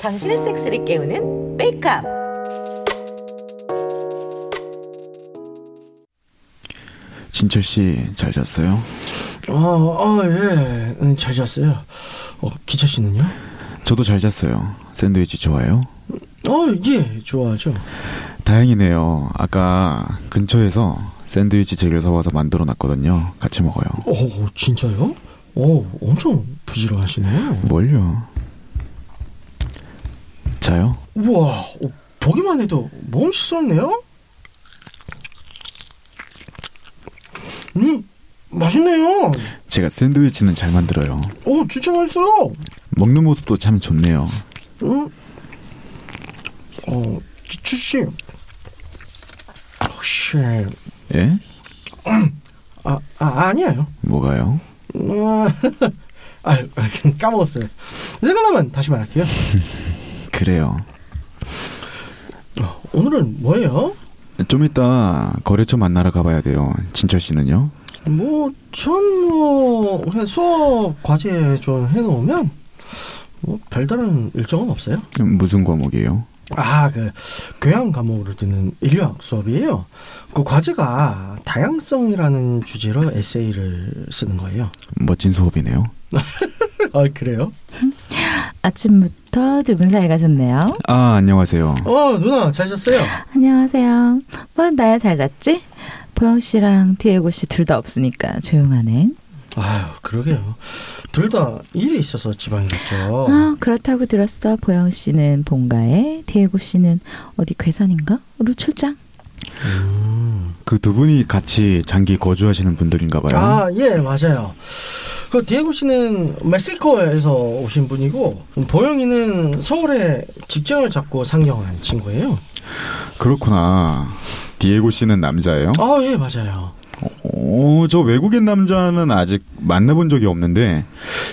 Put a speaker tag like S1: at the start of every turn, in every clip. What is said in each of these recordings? S1: 당신의 섹스를 깨우는 메이크업.
S2: 진철 씨 잘 잤어요?
S3: 어, 어, 예. 음, 잘 잤어요. 어, 기철 씨는요?
S2: 저도 잘 잤어요. 샌드위치 좋아요?
S3: 어, 예. 좋아하죠.
S2: 다행이네요. 아까 근처에서 샌드위치 제길 사와서 만들어 놨거든요. 같이 먹어요.
S3: 어, 진짜요? 어, 엄청 부지런하시네요.
S2: 뭘요? 자요?
S3: 우와, 어, 보기만 해도 먹음직스럽네요. 음, 맛있네요.
S2: 제가 샌드위치는 잘 만들어요.
S3: 어, 진짜 맛있어요.
S2: 먹는 모습도 참 좋네요.
S3: 음, 어, 기철 씨, 혹시
S2: 예?
S3: 아, 아 아니에요.
S2: 뭐가요?
S3: 아, 아, 까먹었어요. 생각나면 다시 말할게요.
S2: 그래요.
S3: 오늘은 뭐예요?
S2: 좀 이따 거래처 만나러 가봐야 돼요. 진철 씨는요?
S3: 뭐, 전 뭐, 그냥 수업 과제 좀 해놓으면, 뭐, 별다른 일정은 없어요.
S2: 무슨 과목이에요?
S3: 아, 그, 교양 과목으로 듣는 인류학 수업이에요. 그 과제가 다양성이라는 주제로 에세이를 쓰는 거예요.
S2: 멋진 수업이네요.
S3: 아, 그래요?
S4: 아침부터 두 분 사이가 좋네요.
S2: 아, 안녕하세요.
S3: 어, 누나, 잘 잤어요?
S4: 안녕하세요. 뭐 나야 잘 잤지? 보영 씨랑 디에고 씨 둘 다 없으니까 조용하네.
S3: 아유, 그러게요. 둘 다 일이 있어서 지방이겠죠.
S4: 아 그렇다고 들었어. 보영 씨는 본가에, 디에고 씨는 어디 괴산인가? 로 출장.
S2: 그 두 분이 같이 장기 거주하시는 분들인가 봐요.
S3: 아, 예, 맞아요. 그 디에고 씨는 멕시코에서 오신 분이고 보영이는 서울에 직장을 잡고 상경한 친구예요.
S2: 그렇구나. 디에고 씨는 남자예요?
S3: 아, 예, 맞아요.
S2: 어, 저 외국인 남자는 아직 만나본 적이 없는데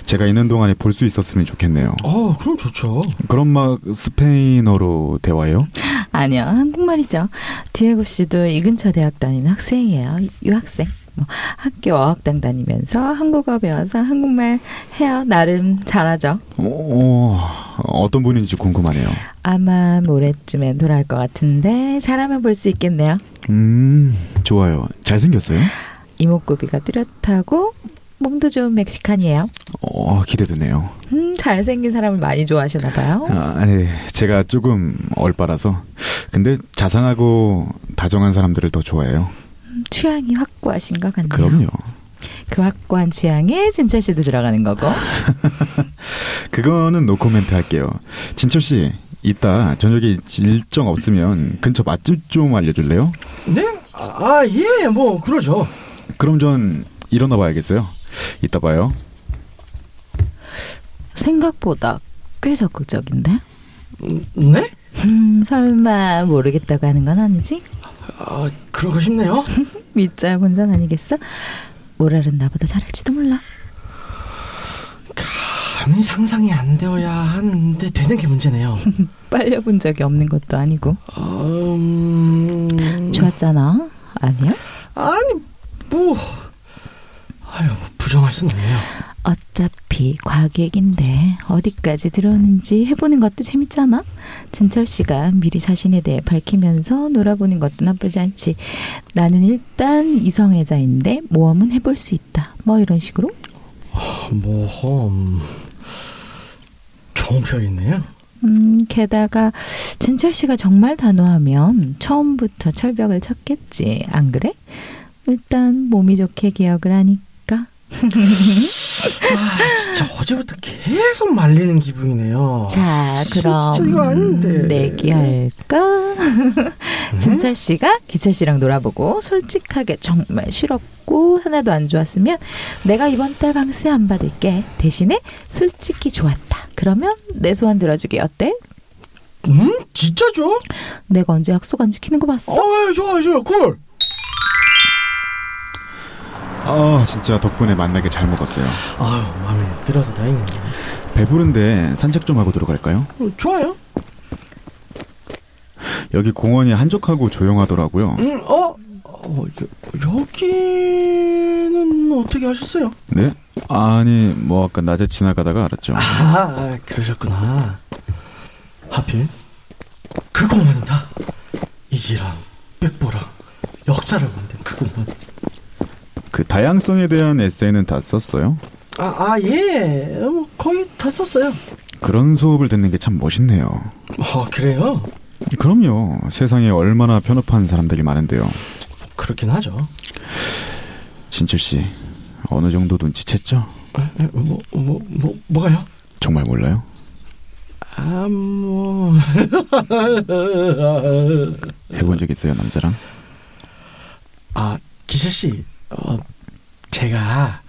S2: 제가 있는 동안에 볼 수 있었으면 좋겠네요.
S3: 어, 그럼 좋죠.
S2: 그럼 막 스페인어로 대화해요?
S4: 아니요, 한국말이죠. 디에고 씨도 이 근처 대학 다니는 학생이에요. 유학생. 뭐 학교 어학당 다니면서 한국어 배워서 한국말 해요. 나름 잘하죠.
S2: 어, 어, 어떤 분인지 궁금하네요.
S4: 아마 모레쯤엔 돌아올 것 같은데 잘하면 볼 수 있겠네요.
S2: 음, 좋아요. 잘생겼어요?
S4: 이목구비가 뚜렷하고 몸도 좀 멕시칸이에요.
S2: 어, 기대되네요.
S4: 음, 잘생긴 사람을 많이 좋아하시나 봐요.
S2: 아, 네. 제가 조금 얼빠라서. 근데 자상하고 다정한 사람들을 더 좋아해요.
S4: 음, 취향이 확고하신 것 같네요.
S2: 그럼요.
S4: 그 확고한 취향에 진철 씨도 들어가는 거고.
S2: 그거는 노코멘트 할게요. 진철 씨, 이따 저녁에 일정 없으면 근처 맛집 좀 알려줄래요?
S3: 네? 아, 아, 예, 뭐 그러죠.
S2: 그럼 전 일어나 봐야겠어요. 이따 봐요.
S4: 생각보다 꽤 적극적인데?
S3: 음, 네?
S4: 음, 설마 모르겠다고 하는 건 아니지?
S3: 아, 그러고 싶네요.
S4: 밑자 본전 아니겠어? 모랄은 나보다 잘할지도 몰라.
S3: 감히 상상이 안 되어야 하는데 되는 게 문제네요.
S4: 빨려본 적이 없는 것도 아니고.
S3: 음...
S4: 좋았잖아. 아니야?
S3: 아니, 뭐 아유, 뭐 부정할 순 없네요.
S4: 어차피 과객인데 어디까지 들어오는지 해보는 것도 재밌잖아. 진철 씨가 미리 자신에 대해 밝히면서 놀아보는 것도 나쁘지 않지. 나는 일단 이성애자인데 모험은 해볼 수 있다. 뭐 이런 식으로.
S3: 모험 좋은 표현이네요.
S4: 음, 게다가 진철 씨가 정말 단호하면 처음부터 철벽을 쳤겠지. 안 그래? 일단 몸이 좋게 기억을 하니까.
S3: 아, 진짜 어제부터 계속 말리는 기분이네요. 아,
S4: 자, 그럼
S3: 진짜 이거 아닌데. 네.
S4: 내기할까? 진철 씨가 기철 씨랑 놀아보고 솔직하게 정말 싫었고 하나도 안 좋았으면 내가 이번 달 방세 안 받을게. 대신에 솔직히 좋았다. 그러면 내 소원 들어주기 어때?
S3: 음? 진짜죠?
S4: 내가 언제 약속 안 지키는 거 봤어?
S3: 아, 좋아요, 좋아요, 콜.
S2: 아, 진짜 덕분에 만나게 잘 먹었어요.
S3: 아유, 마음에 들어서 다행이네요.
S2: 배부른데 산책 좀 하고 들어갈까요?
S3: 어, 좋아요.
S2: 여기 공원이
S3: 어?
S2: 한적하고 조용하더라고요.
S3: 음, 어, 어 여, 여기는 뭐 어떻게 하셨어요?
S2: 네? 아니 뭐 아까 낮에 지나가다가 알았죠.
S3: 아, 그러셨구나. 하필 그 공원이다. 이지랑 백보랑 역사를 만든 그 공원.
S2: 그 다양성에 대한 에세이는 다 썼어요.
S3: 아, 아 예. 뭐 거의 다 썼어요.
S2: 그런 수업을 듣는 게 참 멋있네요.
S3: 아, 그래요?
S2: 그럼요. 세상에 얼마나 편협한 사람들이 많은데요.
S3: 그렇긴 하죠.
S2: 신철 씨 어느 정도 눈치챘죠?
S3: 에, 에, 뭐, 뭐, 뭐, 뭐가요?
S2: 정말 몰라요?
S3: 아, 뭐.
S2: 해본 적 있어요 남자랑?
S3: 아, 기실 씨. 어, 제가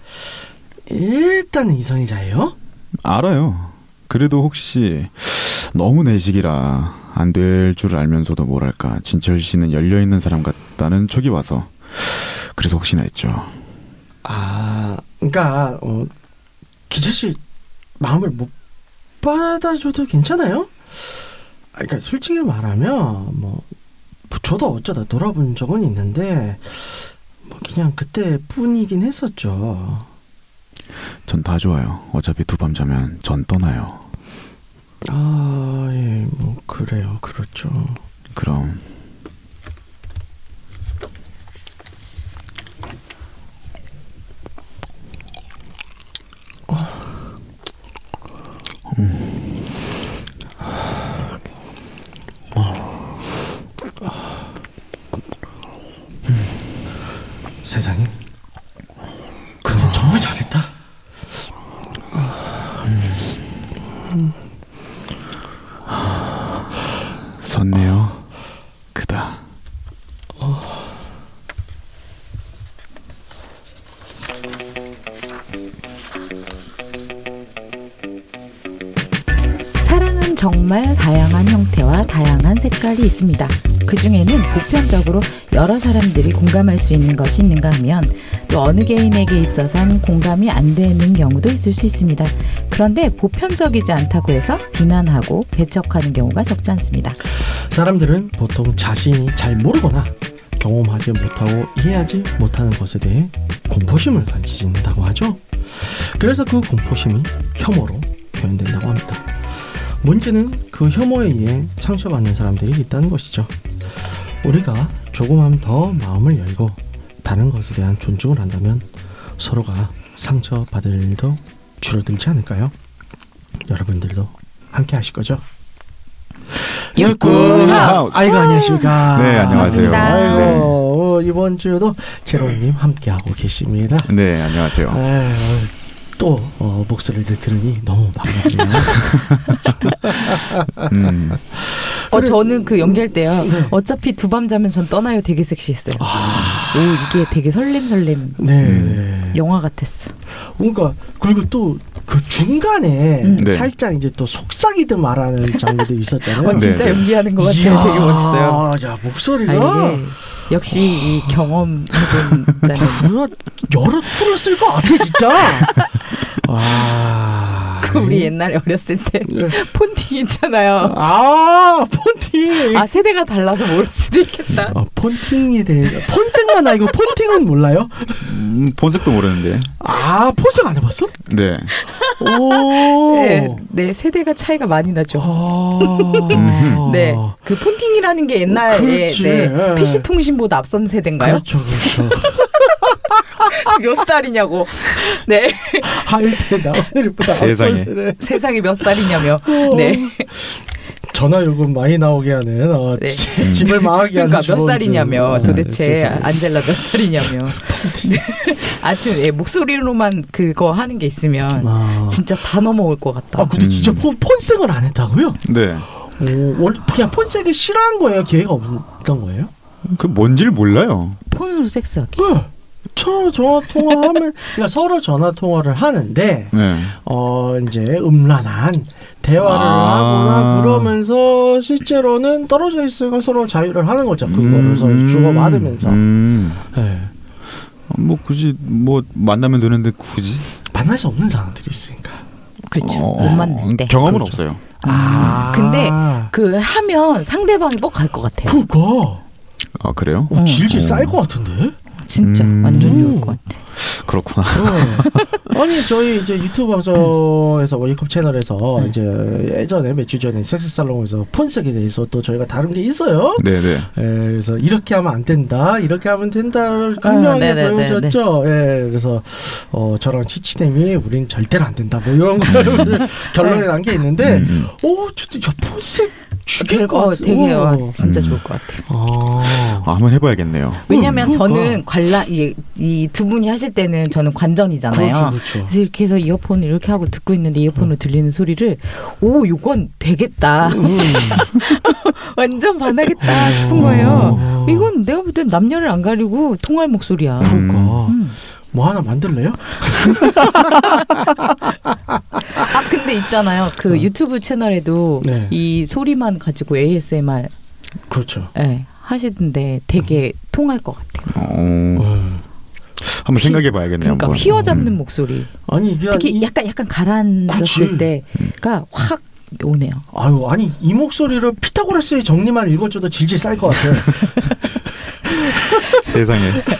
S3: 일단은 이성애자예요.
S2: 알아요. 그래도 혹시 너무 내식이라 안 될 줄 알면서도 뭐랄까 진철 씨는 열려 있는 사람 같다는 촉이 와서 그래서 혹시나 했죠.
S3: 아, 그러니까 어, 기철 씨 마음을 못 받아줘도 괜찮아요? 아, 그러니까 솔직히 말하면 뭐 저도 어쩌다 놀아본 적은 있는데 뭐 그냥 그때뿐이긴 했었죠.
S2: 전 다 좋아요. 어차피 두 밤 자면 전 떠나요.
S3: 아, 예, 뭐 그래요, 그렇죠.
S2: 그럼
S3: 세상에. 아. 그건 정말 잘했다.
S2: 섰네요. 그다.
S4: 사랑은 정말 다양한 형태와 다양한 색깔이 있습니다. 그 중에는 보편적으로 여러 사람들이 공감할 수 있는 것이 있는가 하면 또 어느 개인에게 있어선 공감이 안 되는 경우도 있을 수 있습니다. 그런데 보편적이지 않다고 해서 비난하고 배척하는 경우가 적지 않습니다.
S3: 사람들은 보통 자신이 잘 모르거나 경험하지 못하고 이해하지 못하는 것에 대해 공포심을 가진다고 하죠. 그래서 그 공포심이 혐오로 표현된다고 합니다. 문제는 그 혐오에 의해 상처받는 사람들이 있다는 것이죠. 우리가 조금만 더 마음을 열고 다른 것에 대한 존중을 한다면 서로가 상처받을 일도 줄어들지 않을까요? 여러분들도 함께 하실 거죠?
S2: 육군하우스.
S3: 아이고 안녕하십니까.
S2: 네, 안녕하세요.
S4: 반갑습니다.
S3: 아이고 어, 이번 주도 제로님 함께 하고 계십니다.
S2: 네, 안녕하세요.
S3: 아유, 또 어, 목소리를 들으니 너무 반갑네요.
S2: 음,
S4: 어 저는 그 연기할 때요. 어차피 두 밤 자면 전 떠나요. 되게 섹시했어요. 오 이게 되게 설렘 설렘
S3: 네. 네.
S4: 영화 같았어.
S3: 뭔가 그리고 또 그 중간에
S4: 음.
S2: 네.
S3: 살짝 이제 또 속삭이듯 말하는 장면도 있었잖아요.
S4: 어 진짜
S2: 네, 네.
S4: 연기하는 것 같아요.
S3: 이야,
S4: 되게 멋있어요.
S3: 야 목소리가
S4: 아, 이게 역시 이 경험 해본자는
S3: 뭐야, 여러 풀을 쓸 것 같아 진짜. 아. 와.
S4: 그 우리 옛날에 어렸을 때
S3: 네.
S4: 폰팅 있잖아요.
S3: 아 폰팅.
S4: 아 세대가 달라서 모를 수도 있겠다.
S3: 아, 폰팅에 대해 폰색만 알고 폰팅은 몰라요?
S2: 음, 본색도 모르는데.
S3: 아 폰색 안 해봤어?
S2: 네.
S3: 오.
S4: 네, 네 세대가 차이가 많이 나죠.
S3: 아.
S4: 네, 그 폰팅이라는 게 옛날에
S3: 그렇지.
S4: 네, PC 통신보다 앞선 세대인가요? 아,
S3: 그렇죠, 그렇죠.
S4: 몇 살이냐고. 네,
S3: 할때 나오늘보다
S2: 세상에.
S3: 네.
S4: 세상이 몇 살이냐며. 네,
S3: 전화 요금 많이 나오게 하는 어,
S4: 네.
S3: 지- 집을 망하게 하는
S4: 그러니까 몇
S3: 주범주.
S4: 살이냐며.
S3: 아,
S4: 도대체
S3: 세상에.
S4: 안젤라 몇 살이냐며. 네. 아무튼 예, 목소리로만 그거 하는 게 있으면
S3: 아.
S4: 진짜 다 넘어올 것 같다.
S3: 아 근데 진짜
S2: 음.
S3: 폰 폰색을 안 했다고요?
S2: 네.
S3: 오, 원래 그냥 폰색을 싫어한 거예요? 기회가 없던 거예요?
S2: 그 뭔지를 몰라요.
S4: 폰으로 섹스하기.
S3: 네. 저 전화 통화하면 그러니까 서로 전화 통화를 하는데
S2: 네.
S3: 어 이제 음란한 대화를
S2: 아.
S3: 하거나 그러면서 실제로는 떨어져 있으니까 서로 자유를 하는 거죠. 그거를 서로
S2: 음,
S3: 주고 받으면서.
S2: 음.
S3: 예.
S2: 아, 뭐 굳이 뭐 만나면 되는데 굳이
S3: 만날 수 없는 사람들이 있으니까.
S4: 그렇죠.
S2: 어,
S4: 못 만날 때.
S2: 경험은
S3: 그렇죠.
S2: 없어요.
S3: 아.
S4: 근데 그 하면 상대방이 뻑 갈 것 같아요.
S3: 그거
S2: 아 그래요?
S3: 어, 질질
S2: 음.
S3: 쌀 것 같은데?
S4: 진짜
S2: 음.
S4: 완전 좋을 것 같아.
S2: 그렇구나.
S3: 어. 아니 저희 이제 유튜브 방송에서 웨이컵 채널에서
S2: 음.
S4: 네.
S3: 이제 예전에 몇 주 전에 섹스 살롱에서 폰색에 대해서 또 저희가 다룬 게 있어요.
S2: 네네.
S3: 예, 그래서 이렇게 하면 안 된다, 이렇게 하면 된다를 분명하게
S4: 아, 네네,
S3: 보여줬죠. 예, 그래서 어, 저랑 치치님이 우린 절대로 안 된다, 뭐 이런
S4: 음.
S3: 걸
S4: 네.
S3: 결론을 난 게 있는데,
S2: 음, 음.
S3: 오, 저도 야, 폰색
S4: 되게
S3: 죽일 것
S4: 어,
S3: 같아.
S4: 되게 어, 와,
S3: 오.
S4: 진짜
S2: 음.
S4: 좋을 것 같아요.
S3: 아,
S2: 아, 한번 해봐야겠네요.
S4: 왜냐면
S3: 그러니까.
S4: 저는 관라 이두 분이 하실 때는 저는 관전이잖아요.
S3: 그렇죠, 그렇죠.
S4: 그래서 이렇게 해서 이어폰을 이렇게 하고 듣고 있는데 이어폰으로 들리는 소리를 오 요건 되겠다
S3: 음.
S4: 완전 반하겠다 싶은
S3: 어.
S4: 거예요. 이건 내가 볼 땐 남녀를 안 가리고 통할 목소리야.
S3: 그러니까
S4: 음.
S3: 뭐 하나 만들래요?
S4: 아 근데 있잖아요 그 유튜브 채널에도
S3: 어. 네.
S4: 이 소리만 가지고 ASMR
S3: 그렇죠.
S4: 예, 하시던데 되게 통할 것 같아요.
S2: 어,
S3: 음.
S2: 한번
S4: 피-
S2: 생각해봐야겠네요.
S4: 그러니까
S2: 한번.
S4: 휘어잡는
S2: 음.
S4: 목소리
S3: 예. 아니 이게
S4: 특히
S3: 이-
S4: 약간 약간 가라앉았을
S3: 그치.
S4: 때가 확 오네요.
S3: 아유 아니 이 목소리를 피타고라스의 정리만 읽어줘도 질질 쌀 것 같아.
S2: 세상에.
S4: 그러니까.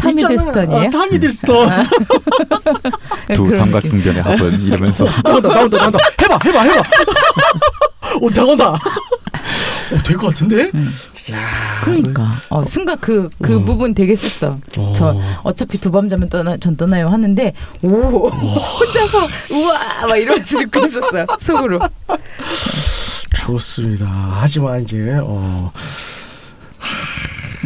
S4: 타미
S3: 있잖아.
S4: 들스턴이에요? 음.
S3: 아, 타미 들스턴.
S2: 두
S4: 그런 느낌.
S2: 삼각등변의 합은 이러면서.
S3: 나온다 나온다 나온다. 해봐 해봐 해봐. 오 나온다. 어, 오될 것 같은데? 야.
S4: 그러니까 어, 순간 그 그
S3: 음.
S4: 부분 되게 썼어.
S3: 어.
S4: 저 어차피 두 밤 자면 떠나 전 떠나요 하는데 오 혼자서 우와 막 이러면서 듣고 있었어요 속으로.
S3: 좋습니다. 하지만 이제 어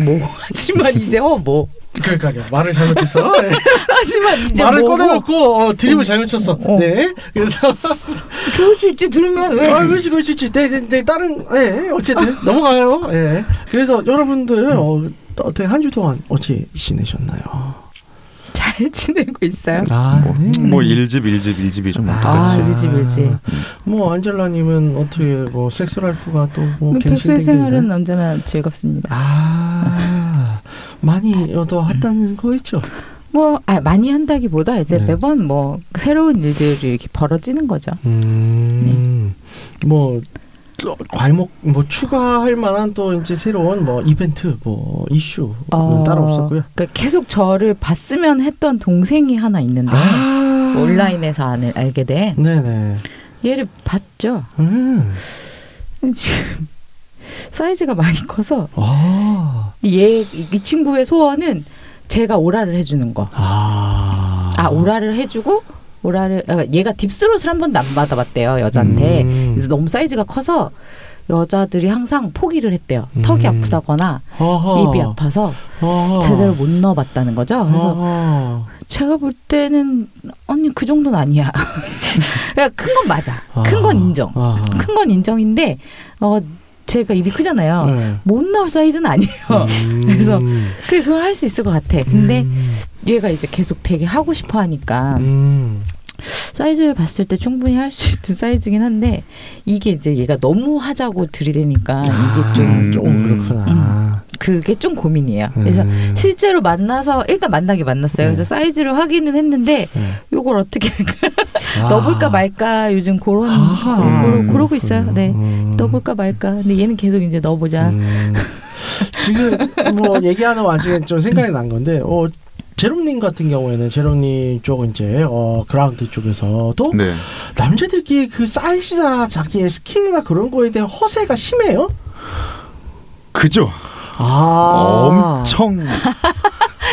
S4: 뭐 하지만 이제 어뭐
S3: 그러니까요 말을 잘못했어. 예.
S4: 하지만 이제
S3: 말을
S4: 뭐고
S3: 꺼내놓고 어, 드립을 잘못쳤어.
S4: 어.
S3: 네. 그래서
S4: 좋을 수 있지 들으면 왜
S3: 아, 그렇지, 그렇지, 그렇지. 네, 네, 네, 다른, 예, 예, 어쨌든 넘어가요. 예. 그래서 여러분들 어, 어떻게 한 주 동안 어찌 지내셨나요?
S4: 잘 지내고 있어요?
S3: 아,
S2: 뭐, 뭐 일집 일집 일집이죠. 뭐.
S4: 아,
S2: 똑같이.
S4: 그렇지, 그렇지.
S3: 뭐 안젤라님은 어떻게 뭐 섹스라이프가 또뭐
S4: 백수의 생활은 언제나 즐겁습니다.
S3: 아 많이 더 했다는 거였죠.
S4: 뭐 아, 많이 한다기보다 이제
S3: 네.
S4: 매번 뭐 새로운 일들이 이렇게 벌어지는 거죠.
S3: 음,
S4: 네.
S3: 뭐. 또 괄목 뭐 추가할 만한 또 이제 새로운 뭐 이벤트 뭐 이슈는
S4: 어,
S3: 따로 없었고요.
S4: 그러니까 계속 저를 봤으면 했던 동생이 하나 있는데
S3: 아
S4: 온라인에서 안, 알게 돼.
S3: 네네.
S4: 얘를 봤죠.
S3: 음.
S4: 근데 지금 사이즈가 많이 커서
S3: 아.
S4: 얘 이 친구의 소원은 제가 오라를 해주는 거.
S3: 아.
S4: 아 오라를 해주고 오라를 아, 얘가 딥스롯을 한 번도 안 받아봤대요 여자한테.
S3: 음.
S4: 그래서 너무 사이즈가 커서 여자들이 항상 포기를 했대요. 턱이
S3: 음.
S4: 아프다거나
S3: 어허.
S4: 입이 아파서
S3: 어허.
S4: 제대로 못 넣어봤다는 거죠. 그래서
S3: 어허.
S4: 제가 볼 때는 언니 그 정도는 아니야. 그러니까 큰 건 맞아. 큰 건
S3: 아.
S4: 인정.
S3: 아하.
S4: 큰 건 인정인데 어 제가 입이 크잖아요.
S3: 네.
S4: 못 나올 사이즈는 아니에요.
S3: 음.
S4: 그래서 그 그걸 할 수 있을 것 같아. 근데
S3: 음.
S4: 얘가 이제 계속 되게 하고 싶어 하니까
S3: 음.
S4: 사이즈를 봤을 때 충분히 할 수 있는 사이즈긴 한데 이게 이제 얘가 너무 하자고 들이대니까 이게 좀
S3: 아, 조금 그렇구나.
S4: 그게 좀 고민이에요. 그래서
S3: 음.
S4: 실제로 만나서 일단 만나게 만났어요.
S3: 네.
S4: 그래서 사이즈를 확인은 했는데
S3: 네.
S4: 요걸 어떻게
S3: 아.
S4: 넣어볼까 말까 요즘 그런
S3: 아하.
S4: 고러,
S2: 음,
S4: 고러고 있어요. 네.
S3: 음.
S4: 넣어볼까 말까. 근데 얘는 계속 이제 넣어보자.
S3: 음. 지금 뭐 얘기하는 와중에 좀 생각이 난 건데 어 제롬님 같은 경우에는 제롬님 쪽은 이제 어 그라운드 쪽에서도
S2: 네.
S3: 남자들끼리 그 사이즈나 자기의 스킨이나 그런 거에 대한 허세가 심해요?
S2: 그죠.
S3: 아
S2: 엄청.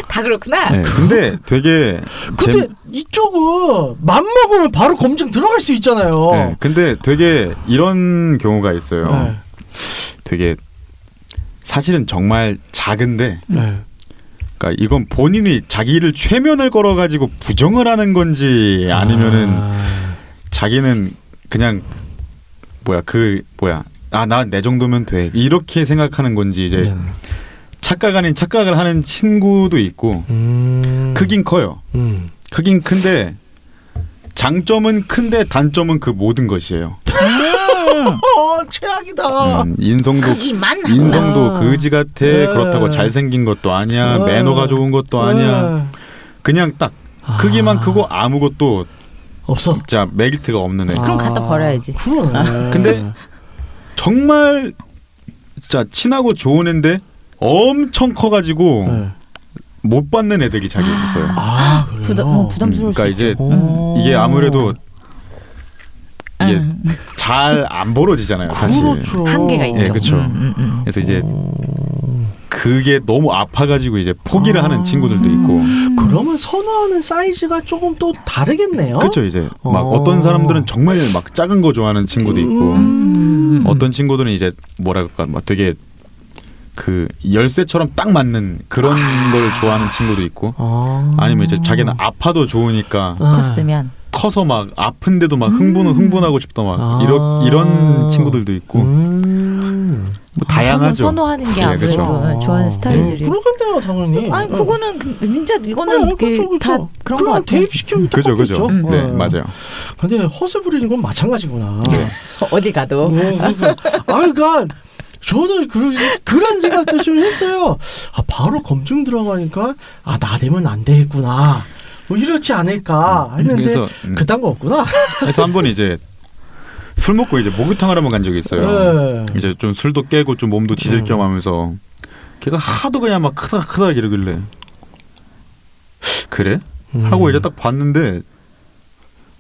S4: 다 그렇구나.
S2: 네. 근데 되게.
S3: 근데 이쪽은 맘 먹으면 바로 검증 들어갈 수 있잖아요.
S2: 네, 근데 되게 이런 경우가 있어요.
S3: 네.
S2: 되게 사실은 정말 작은데,
S3: 네.
S2: 그러니까 이건 본인이 자기를 최면을 걸어 가지고 부정을 하는 건지 아니면은
S3: 네. 아.
S2: 자기는 그냥 뭐야 그 뭐야 아 나 내 정도면 돼 이렇게 생각하는 건지 이제
S3: 네.
S2: 착각 아닌 착각을 하는 친구도 있고
S3: 음.
S2: 크긴 커요.
S3: 음.
S2: 크긴 큰데 장점은 큰데 단점은 그 모든 것이에요.
S3: 어 최악이다.
S2: 음, 인성도
S1: 크기만
S2: 인성도
S4: 아.
S2: 그지 같아.
S3: 네.
S2: 그렇다고 잘생긴 것도 아니야.
S3: 네.
S2: 매너가 좋은 것도 아니야. 그냥 딱
S3: 아.
S2: 크기만 크고 아무것도
S3: 없어.
S2: 진짜 메리트가 없는 애.
S4: 그럼
S3: 아.
S4: 갖다 버려야지.
S3: 그러네.
S2: 근데 정말 진짜 친하고 좋은 애인데 엄청 커가지고
S3: 네.
S2: 못 받는 애들이 자기
S4: 아.
S2: 있어요.
S3: 아, 그래요?
S4: 부담 어, 부담스러울
S2: 그러니까
S4: 수
S2: 이제
S4: 있죠.
S3: 오.
S2: 이게 아무래도 이게
S4: 응.
S2: 잘 안 벌어지잖아요, 사실.
S3: 그렇죠.
S4: 한계가 있죠.
S2: 예, 그쵸.
S4: 음, 음, 음.
S2: 그래서 이제
S3: 어.
S2: 그게 너무 아파가지고 이제 포기를
S3: 아.
S2: 하는 친구들도 있고.
S3: 그러면 선호하는 사이즈가 조금 또 다르겠네요.
S2: 그렇죠 이제 막
S3: 어.
S2: 어떤 사람들은 정말 막 작은 거 좋아하는 친구도 있고
S4: 음, 음.
S2: 어떤 친구들은 이제 뭐랄까 막 되게 그 열쇠처럼 딱 맞는 그런 걸 좋아하는 친구도 있고
S3: 아.
S2: 아니면 이제 자기는 아파도 좋으니까
S3: 아.
S4: 컸으면
S2: 커서 막 아픈데도 막 흥분
S4: 음.
S2: 흥분하고 싶다 막
S3: 아.
S2: 이런 이런 친구들도 있고
S3: 음.
S2: 뭐 다양하죠.
S4: 선호, 하는게
S2: 예,
S4: 아무래도
S3: 그쵸.
S4: 좋아하는
S3: 어.
S4: 스타일들이.
S3: 그러겠네요, 당연히.
S4: 아니 그거는 그- 진짜 이거는
S3: 어,
S4: 그게
S3: 그쵸, 그쵸.
S4: 다 그런 거
S3: 그럼
S4: 같아요.
S3: 대입시키면
S2: 그죠 그죠
S3: 똑같겠죠?
S2: 네
S3: 어.
S4: 음.
S2: 맞아요 네.
S3: 근데 허세 부리는 건 마찬가지구나.
S4: 어디
S3: 어,
S4: 가도.
S3: 그러니까. 아, 그러니까 저도 그런 그런 생각도 좀 했어요. 아, 바로 검증 들어가니까 아, 나 되면 안 되겠구나. 뭐 이렇지 않을까 했는데
S2: 그래서 음,
S3: 그딴 거 없구나.
S2: 그래서 한 번 이제 술 먹고 이제 목욕탕을 한번 간 적이 있어요.
S3: 네.
S2: 이제 좀 술도 깨고 좀 몸도
S3: 음.
S2: 뒤질 겸 하면서 걔가 하도 그냥 막 크다 크다 이러길래 그래?
S3: 음.
S2: 하고 이제 딱 봤는데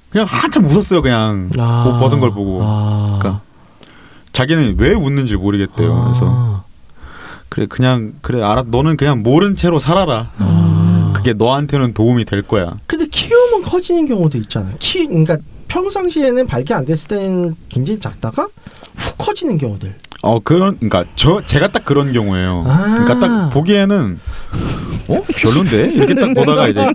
S2: 그냥 한참 웃었어요 그냥
S3: 아.
S2: 옷 벗은 걸 보고
S3: 아.
S2: 그러니까 자기는 왜 웃는지 모르겠대요 그래서
S3: 아.
S2: 그래 그냥 그래 알아 너는 그냥 모른 채로 살아라
S3: 아.
S2: 그게 너한테는 도움이 될 거야
S3: 근데 키우면 커지는 경우도 있잖아. 키 그러니까 평상시에는 밝게 안 됐을 때는 굉장히 작다가 훅 커지는 경우들.
S2: 어 그런 그러니까 저 제가 딱 그런 경우예요
S3: 아.
S2: 그러니까 딱 보기에는 어 별론데 이렇게 딱 보다가 이제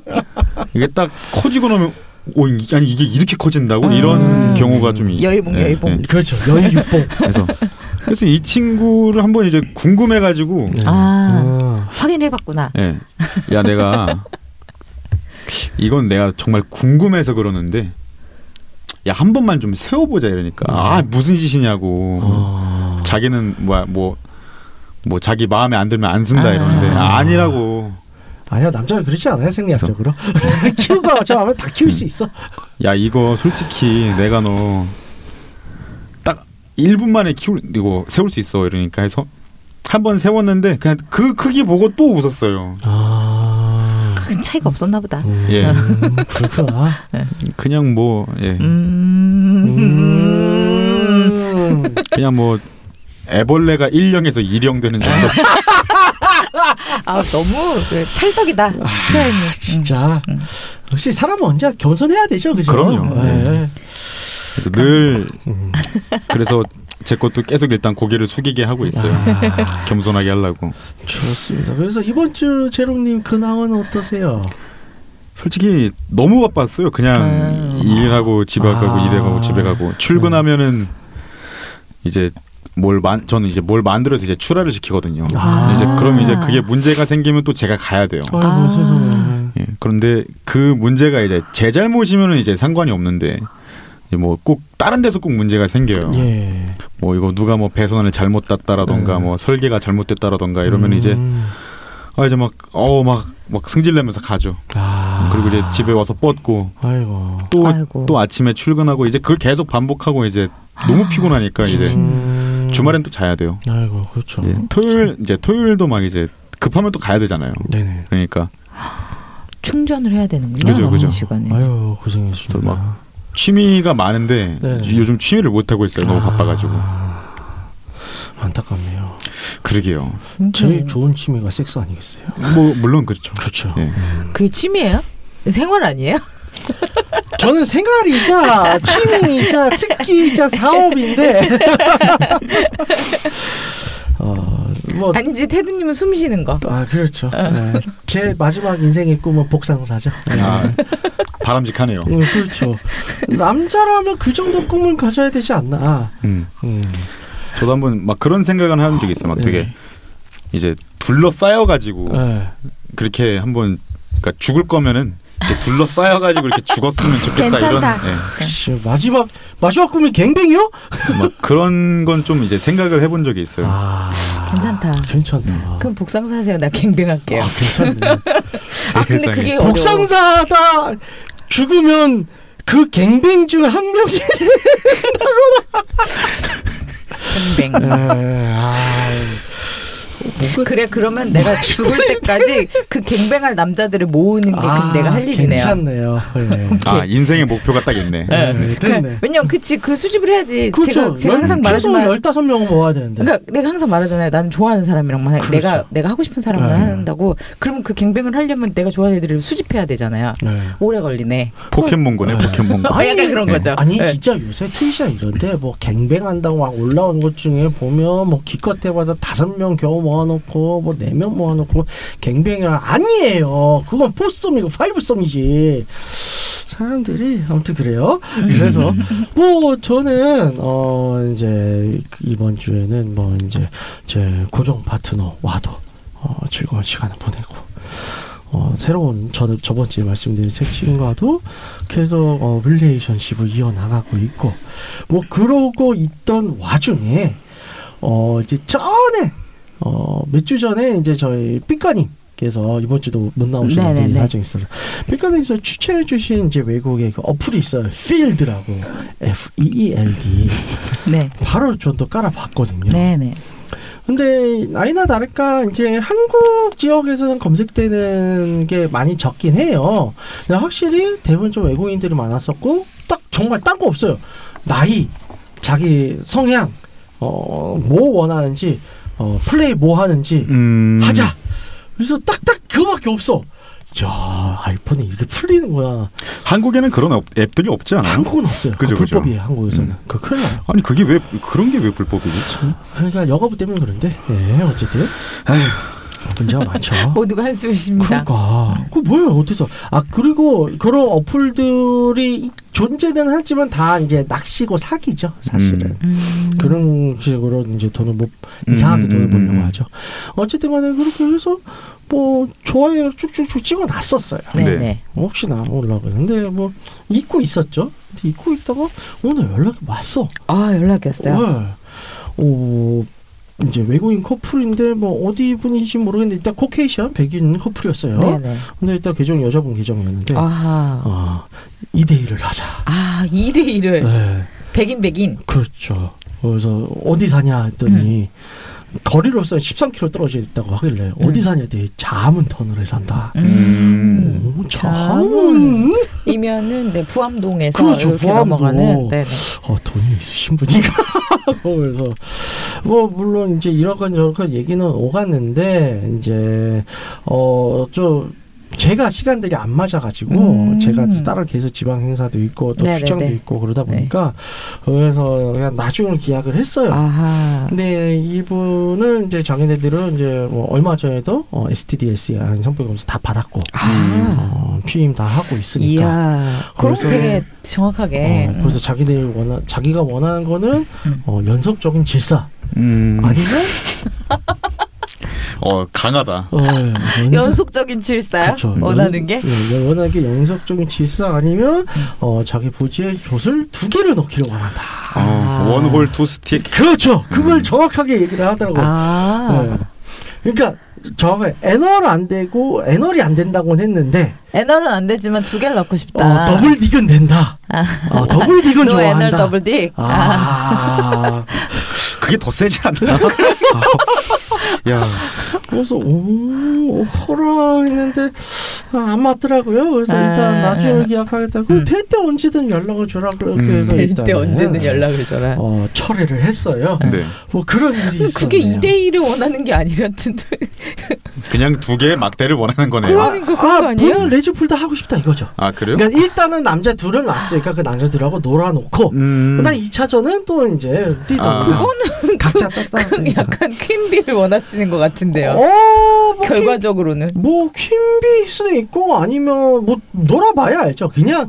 S2: 이게 딱 커지고 나면 오 이- 아니 이게 이렇게 커진다고 이런
S4: 음.
S2: 경우가 좀 이-
S4: 여의봉,
S2: 예,
S4: 여의봉.
S2: 예.
S3: 그렇죠. 네. 여의육봉.
S2: 그래서 그래서 이 친구를 한번 이제 궁금해가지고
S3: 네.
S4: 아
S3: 아.
S4: 확인해봤구나.
S2: 예. 야 내가 이건 내가 정말 궁금해서 그러는데 야 한 번만 좀 세워보자 이러니까 아 무슨 짓이냐고
S3: 네. 아.
S2: 어. 자기는 뭐야 뭐. 뭐 자기 마음에 안 들면 안 쓴다
S4: 아.
S2: 이러는데 아, 아니라고
S3: 아니야 남자는 그렇지 않아요 생리학적으로
S2: 네.
S3: 키우고 하면 하면 다 키울
S2: 음.
S3: 수 있어.
S2: 야 이거 솔직히 내가 너 딱 1분 만에 키울 이거 세울 수 있어 이러니까 해서 한 번 세웠는데 그냥 그 크기 보고 또 웃었어요.
S3: 아.
S4: 큰 차이가 없었나 보다.
S3: 음.
S2: 예.
S3: 그렇구나.
S2: 그냥 뭐 예.
S4: 음.
S3: 음.
S2: 그냥 뭐 애벌레가 1령에서 2령 되는 정도.
S4: 아 너무 그 찰떡이다.
S3: 아.
S4: 표현이
S3: 진짜 역시 사람은 언제 겸손해야 되죠, 그죠?
S2: 그럼요. 음.
S3: 예.
S2: 그래서 늘
S3: 음.
S2: 그래서 제 것도 계속 일단 고개를 숙이게 하고 있어요.
S3: 아,
S2: 겸손하게 하려고.
S3: 좋습니다. 그래서 이번 주 제롱님 근황은 어떠세요?
S2: 솔직히 너무 바빴어요. 그냥
S4: 음.
S2: 일하고 집에
S3: 아. 네.
S2: 가고 일해 가고 집에 가고 출근하면은 이제 뭘 만, 저는 이제 뭘 만들어서 이제 출하를 시키거든요.
S3: 아. 어.
S2: 이제 그럼 이제 그게 문제가 생기면 또 제가 가야 돼요.
S3: 아이고
S4: 아.
S3: 세상에.
S2: 예, 그런데 그 문제가 이제 제 잘못이면은 이제 상관이 없는데 뭐 꼭 다른 데서 꼭 문제가 생겨요.
S3: 예.
S2: 뭐 이거 누가 뭐 배선을 잘못 땄다라던가
S3: 음.
S2: 뭐 설계가 잘못됐다라던가 이러면 이제 아 이제 막 어우 막 막 승질내면서 가죠.
S3: 아.
S2: 그리고 이제 집에 와서 뻗고
S3: 아이고.
S2: 또 또
S4: 아이고.
S2: 아침에 출근하고 이제 그걸 계속 반복하고 이제 너무 피곤하니까 이제
S4: 지친.
S3: 음.
S2: 네. 주말엔 또 자야 돼요.
S3: 아이고 그렇죠.
S2: 이제 토요일 이제 토요일도 막 이제 급하면 또 가야 되잖아요.
S3: 네네.
S2: 그러니까
S4: 충전을 해야 되는군요.
S2: 그죠, 그죠.
S4: 이 시간에.
S3: 아유 고생했습니다.
S2: 그래서 취미가 많은데
S3: 네네.
S2: 요즘 취미를 못 하고 있어요. 너무
S3: 아.
S2: 바빠가지고.
S3: 안타깝네요.
S2: 그러게요.
S4: 음.
S3: 제일 좋은 취미가 섹스 아니겠어요?
S2: 뭐 물론 그렇죠.
S3: 그렇죠.
S2: 예.
S4: 그게 취미예요? 생활 아니에요?
S3: 저는 생활이자 취미이자 특기이자 사업인데. 어, 뭐,
S4: 아니지 테드님은 숨 쉬는 거.
S3: 아 그렇죠. 네. 제 마지막 인생의 꿈은 복상사죠. 네.
S2: 아, 바람직하네요.
S3: 음, 그렇죠. 남자라면 그 정도 꿈을 가져야 되지 않나.
S2: 음.
S3: 음.
S2: 저도 한번 막 그런 생각은 한 적이 있어요. 막
S3: 네.
S2: 되게 이제 둘러싸여가지고
S3: 네.
S2: 그렇게 한번 그러니까 죽을 거면은 이렇게 둘러싸여가지고 이렇게 죽었으면 좋겠다
S4: 괜찮다.
S2: 이런
S3: 씨, 마지막 마지막 꿈이 갱뱅이요?
S2: 예. 막 그런 건 좀 이제 생각을 해본 적이 있어요.
S3: 아,
S4: 괜찮다.
S3: 괜찮다.
S4: 그럼 복상 사세요. 나 갱뱅할게요.
S3: 아, 괜찮네.
S4: 아 근데
S2: 세상에.
S4: 그게 어려워.
S3: 복상사다 죽으면 그 갱뱅 중 한 명이
S4: 갱뱅.
S3: 예, 에, 아, 네, 뭐가
S4: 그래 그러면 내가 죽을 때까지 그 갱뱅할 남자들을 모으는 게 네, 그럼 내가 할 일이네요.
S3: 아, 괜찮네요. 네.
S2: 아 인생의 목표가 딱 있네.
S3: 네, 네,
S4: 그래,
S3: 됐네.
S4: 왜냐면 그치 그 수집을 해야지. 제가 제가
S3: 그렇죠. 열-
S4: 항상
S3: 최소
S4: 말하지만
S3: 15명 모아야 되는데.
S4: 그러니까 내가 항상 말하잖아요. 나는 좋아하는 사람이랑만 해.
S3: 네. 그렇죠.
S4: 내가 내가 하고 싶은 사람만
S3: 네.
S4: 한다고. 그러면 그 갱뱅을 하려면 내가 좋아하는 애들을 수집해야 되잖아요.
S3: 네.
S4: 오래 걸리네.
S2: 포켓몬고네 포켓몬고.
S4: 어, 약간 그런
S2: 네.
S4: 거죠.
S3: 아니
S4: 네.
S3: 진짜 요새 트윗이나 이런데 뭐 갱뱅한다고 막 올라온 것 중에 보면 뭐 기껏 해봐서 다섯 명 겨우 모아놓고 뭐 네 명 모아놓고 갱뱅이라 아니에요 그건 포썸이고 파이브썸이지 사람들이 아무튼 그래요 그래서 뭐 저는 어 이제 이번 주에는 뭐 이제 제 고정 파트너 와도 어 즐거운 시간을 보내고 어, 새로운 저, 저번 주에 말씀드린 새 친구와도 계속 어, 릴레이션십을 이어나가고 있고 뭐 그러고 있던 와중에 어 이제 전에 어, 몇 주 전에 이제 저희 삐까님께서 이번 주도 못 나오시는
S5: 네네네.
S3: 분이 나중에 있어서 삐까님께서 추천해 주신 이제 외국의 그 어플이 있어요. 필드라고 F E E L D
S5: 네.
S3: 바로 저도 깔아봤거든요.
S5: 네, 네.
S3: 근데 아니나 다를까 이제 한국 지역에서는 검색되는 게 많이 적긴 해요. 근데 확실히 대부분 좀 외국인들이 많았었고 딱 정말 딴 거 없어요. 나이, 자기 성향, 어뭐 원하는지, 어 플레이 뭐 하는지
S2: 음.
S3: 하자. 그래서 딱딱 그거밖에 없어. 야 아이폰이 이렇게 풀리는구나.
S2: 한국에는 그런 업- 앱들이 없지 않아요?
S3: 한국은 없어요.
S2: 그죠,
S3: 아,
S2: 그죠.
S3: 불법이에요 한국에서는.
S2: 음.
S3: 그 큰일 나요.
S2: 아니 그게 왜 그런 게 왜 불법이지? 참.
S3: 그러니까 여가부 때문에 그런데. 예 어쨌든 문제가 많죠.
S4: 모두가 한숨을 쉽니다.
S3: 그러니까 그 뭐예요 어디서 아 그리고 그런 어플들이 존재는 하지만 다 이제 낚시고 사기죠 사실은
S5: 음.
S3: 그런 식으로 이제 돈을 못
S2: 음,
S3: 이상하게 돈을
S2: 음,
S3: 벌려고
S2: 음, 음.
S3: 하죠 어쨌든간에 그렇게 해서 뭐 좋아요 쭉쭉쭉 찍어놨었어요
S2: 네.
S4: 네, 네.
S3: 혹시나 올라가는데 뭐 잊고 있었죠 근데 잊고 있다가 오늘 연락이 왔어
S4: 아 연락이 왔어요.
S3: 네. 어, 이제 외국인 커플인데 뭐 어디 분인지 모르겠는데 일단 코케이션 백인 커플이었어요.
S4: 네, 네.
S3: 근데 일단 계정 여자분 계정이었는데 아.
S4: 아하.
S3: 2대1을 하자.
S4: 아, 2대 1을
S3: 네.
S4: 백인 백인.
S3: 그렇죠. 그래서 어디 사냐 했더니 음. 거리로서 13km 떨어져 있다고 하길래 어디 사냐 했더니 자문턴을 산다.
S2: 음.
S3: 오, 자문?
S4: 자문. 이면은 네, 부암동에서
S3: 그렇죠,
S4: 이렇게
S3: 부암동.
S4: 넘어가는 네, 네.
S3: 어, 돈이 있으신 분인가? 그래서 뭐 물론 이제 이러건 저러건 얘기는 오갔는데 이제 어좀 제가 시간되게 안 맞아가지고
S4: 음.
S3: 제가 따로 계속 지방 행사도 있고 또
S4: 네네네.
S3: 출장도 있고 그러다
S4: 네.
S3: 보니까 그래서 그냥 나중을 기약을 했어요.
S4: 아하.
S3: 근데 이분은 이제 자기네들은 이제 뭐 얼마 전에도 어, STDS 성별 검사 다 받았고
S4: 아.
S3: 어, 피임 다 하고 있으니까
S4: 이야. 그럼
S3: 그러니까. 그래서-
S4: 되게 정확하게.
S3: 어, 그래서 자기들 원하 자기가 원하는 거는
S4: 네. 음.
S3: 어, 연속적인 질사
S2: 음.
S3: 아니면
S2: 어 강하다.
S3: 어,
S4: 음.
S3: 연속-
S4: 연속적인 질사요?
S3: 그쵸.
S4: 원하는 게? 음.
S3: 예, 원하는 게 연속적인 질사 아니면 어, 자기 보지에 솥을 두 개를 넣기를 원한다.
S2: 어,
S4: 아.
S2: 원홀 투 스틱.
S3: 그렇죠. 그걸 정확하게 얘기를 하더라고. 요
S4: 음.
S3: 예.
S4: 아.
S3: 그러니까 정확하게 애널 안 되고 애널이 안 된다고는 했는데
S4: 애널은 안 되지만 두 개를 넣고
S3: 네. 어,
S4: 싶다.
S3: 더블 디건 된다. 어, 더블 디건
S4: 노
S3: 좋아한다.
S4: 애널 아. 더블 딕. 아.
S3: 아,
S2: 그게 더 세지 않나? 야,
S3: 그래서 오 허라 했는데 아, 안 맞더라고요. 그래서
S4: 아.
S3: 일단 나중에 기약하겠다고
S4: 음.
S3: 될때 언제든 연락을 주라 그렇게
S2: 음.
S3: 해서
S4: 될
S3: 일단은,
S4: 때 언제든 연락을 줘라.
S3: 어 철회를 했어요.
S2: 근데
S3: 뭐 그런 일이 있었네요.
S4: 그게 2대 1을 원하는 게 아니라던데.
S2: 그냥 두 개의 막대를 원하는 거네요.
S4: 그럼- 그러니까 그런 거 아니에요?
S3: 분은 레즈풀 다 하고 싶다 이거죠.
S2: 아 그래요?
S3: 그러니까 일단은 남자 둘을 놨으니까 그 남자들하고 놀아놓고
S2: 음.
S3: 그다음 2차전은 또 이제 뛰던
S2: 아.
S4: 그거는
S3: 각자
S4: 그건
S3: 떴다.
S4: 약간 퀸비를 원하시는 것 같은데요.
S3: 그러니까. 어, 뭐 퀸-
S4: 결과적으로는.
S3: 뭐 퀸비일 수도 있고 아니면 뭐 놀아봐야 알죠. 그냥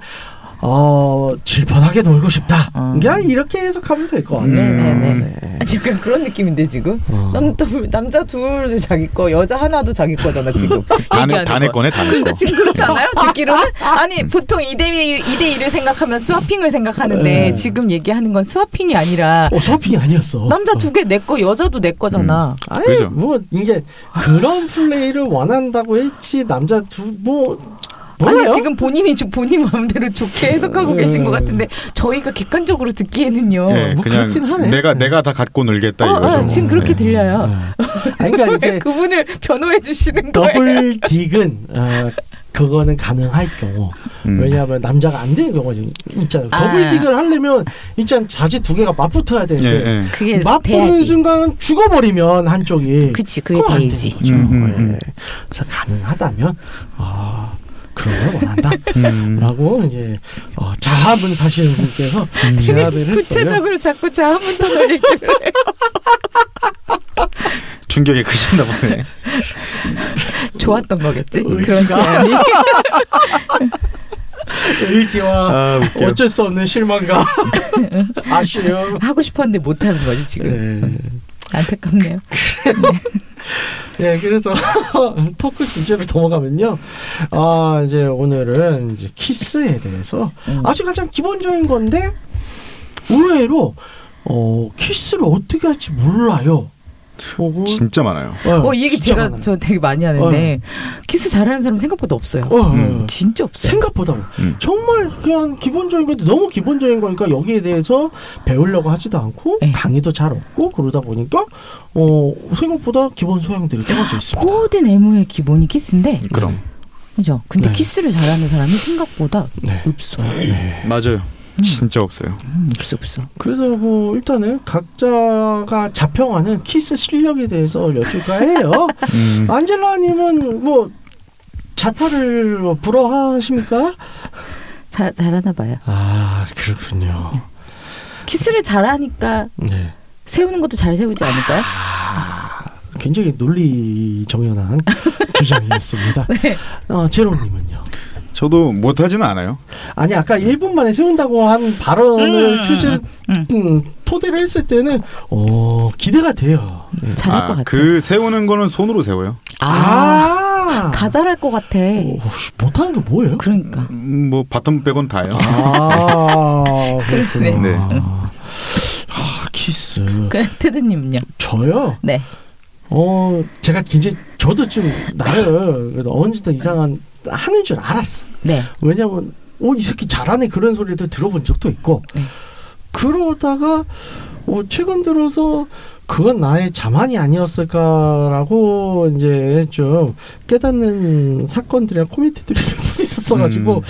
S3: 어 질펀하게 놀고 싶다.
S1: 아.
S4: 음.
S3: 그냥 이렇게 해석하면 될 것
S2: 음.
S3: 같아요.
S4: 네네네.
S3: 네.
S4: 아, 약간 그런 느낌인데 지금
S3: 어.
S4: 남, 남, 남자 둘도 자기 거 여자 하나도 자기 거잖아 지금
S2: 다내
S4: 얘기하는
S2: 다내
S4: 거.
S2: 거네 다내 거.
S4: 그러니까 지금 그렇지 않아요? 듣기로는 아니 보통 2대1, 2대1을 생각하면 스와핑을 생각하는데
S3: 네.
S4: 지금 얘기하는 건 스와핑이 아니라
S3: 어 서핑이 아니었어.
S4: 남자 두 개 내 거 여자도 내 거잖아
S3: 아니
S2: 그죠.
S3: 뭐 이제 그런 플레이를 원한다고 했지 남자 두 뭐 몰라요?
S1: 아니 지금 본인이 지- 본인 마음대로 좋게 해석하고 계신 것 같은데 저희가 객관적으로 듣기에는요.
S4: 어,
S2: 예,
S3: 뭐
S2: 그냥
S3: 그렇긴 하네.
S2: 내가 내가 다 갖고 놀겠다
S1: 어,
S2: 이거죠.
S1: 어, 지금 그렇게
S2: 예.
S1: 들려요.
S3: 아, 그러니까
S1: 왜
S3: 이제
S1: 그분을 변호해 주시는 거예요?
S3: 더블 딕은 어, 그거는 가능할 경우
S2: 음.
S3: 왜냐하면 남자가 안 되는 경우가 지금 있잖아요.
S4: 아.
S3: 더블 딕을 하려면 일단 자지 두 개가 맞붙어야
S2: 예,
S3: 되는데
S2: 예.
S4: 그게
S3: 맞붙는
S4: 돼야지.
S3: 순간 죽어버리면 한쪽이
S4: 그치 그게
S3: 그거 안
S4: 돼야지.
S3: 되는 거죠.
S2: 음, 음,
S3: 예.
S2: 음.
S3: 그래서 가능하다면 아 그런 걸 원한다라고
S2: 음.
S3: 이제 어, 자합은 사실 분께서
S2: 음.
S3: 제안을 했어요.
S1: 구체적으로 자꾸 자한번 더 날리고
S2: 충격에 크셨나 보네.
S1: 좋았던 거겠지? 그런
S3: 의지가
S1: 제안이
S3: 의지와
S2: 아 웃겨.
S3: 어쩔 수 없는 실망감 아쉬움.
S1: 하고 싶었는데 못 하는 거지 지금.
S3: 예.
S4: 안타깝네요.
S3: 예, 그래서 토크 주제로 넘어가면요. 아, 이제 오늘은 이제 키스에 대해서
S4: 음.
S3: 아주 가장 기본적인 건데 의외로 어, 키스를 어떻게 할지 몰라요. 어,
S2: 진짜 많아요.
S3: 어,
S1: 어, 이 얘기
S3: 진짜
S1: 제가
S3: 많아요.
S1: 저 되게 많이 하는데 키스 잘하는 사람 생각보다 없어요.
S3: 어, 어,
S2: 음.
S1: 진짜 없어요.
S3: 생각보다
S2: 음.
S3: 정말 그냥 기본적인 건데 너무 기본적인 거니까 여기에 대해서 배우려고 하지도 않고
S1: 네.
S3: 강의도 잘 없고 그러다 보니까 어, 생각보다 기본 소양들이 떨어져 있습니다.
S4: 모든 애무의 기본이 키스인데
S2: 그럼
S4: 그죠? 근데
S3: 네.
S4: 키스를 잘하는 사람이 생각보다
S3: 네.
S4: 없어.
S2: 맞아요. 음. 진짜 없어요.
S4: 음, 없어 없어.
S3: 그래서 뭐 일단은 각자가 자평하는 키스 실력에 대해서 여쭐까 해요.
S2: 음.
S3: 아. 안젤라님은 뭐 자타를 뭐 부러워하십니까?
S4: 잘 잘하나 봐요.
S3: 아 그렇군요.
S4: 키스를 잘하니까
S3: 네.
S4: 세우는 것도 잘
S3: 아,
S4: 세우지 않을까요?
S3: 굉장히 논리 정연한 주장이었습니다.
S4: 네.
S3: 어, 제로님은요.
S2: 저도 못하지는 않아요.
S3: 아니 아까 1분 만에 세운다고 한 발언을
S4: 음,
S3: 퓨즈
S4: 음.
S3: 음, 토대로 했을 때는 어 기대가 돼요. 네.
S4: 잘할
S2: 아,
S4: 것 같아.
S2: 그 세우는 거는 손으로 세워요.
S4: 아,
S3: 아.
S4: 다 잘할 것 같아.
S3: 오, 못하는 게 뭐예요?
S4: 그러니까.
S2: 음, 뭐 바텀 빼곤 다요.
S3: 아, 그렇구나.
S2: 네.
S3: 아, 키스.
S4: 그래 테드님은요?
S3: 저요?
S4: 네.
S3: 어, 제가 이제 저도 좀 나요. 그래도 언제든 이상한 하는 줄 알았어.
S4: 네.
S3: 왜냐면 어, 이 새끼 잘하네 그런 소리도 들어본 적도 있고.
S4: 네.
S3: 그러다가 어, 최근 들어서 그건 나의 자만이 아니었을까라고 이제 좀 깨닫는 사건들이랑 코미디들이 몇번 있었어가지고
S2: 음.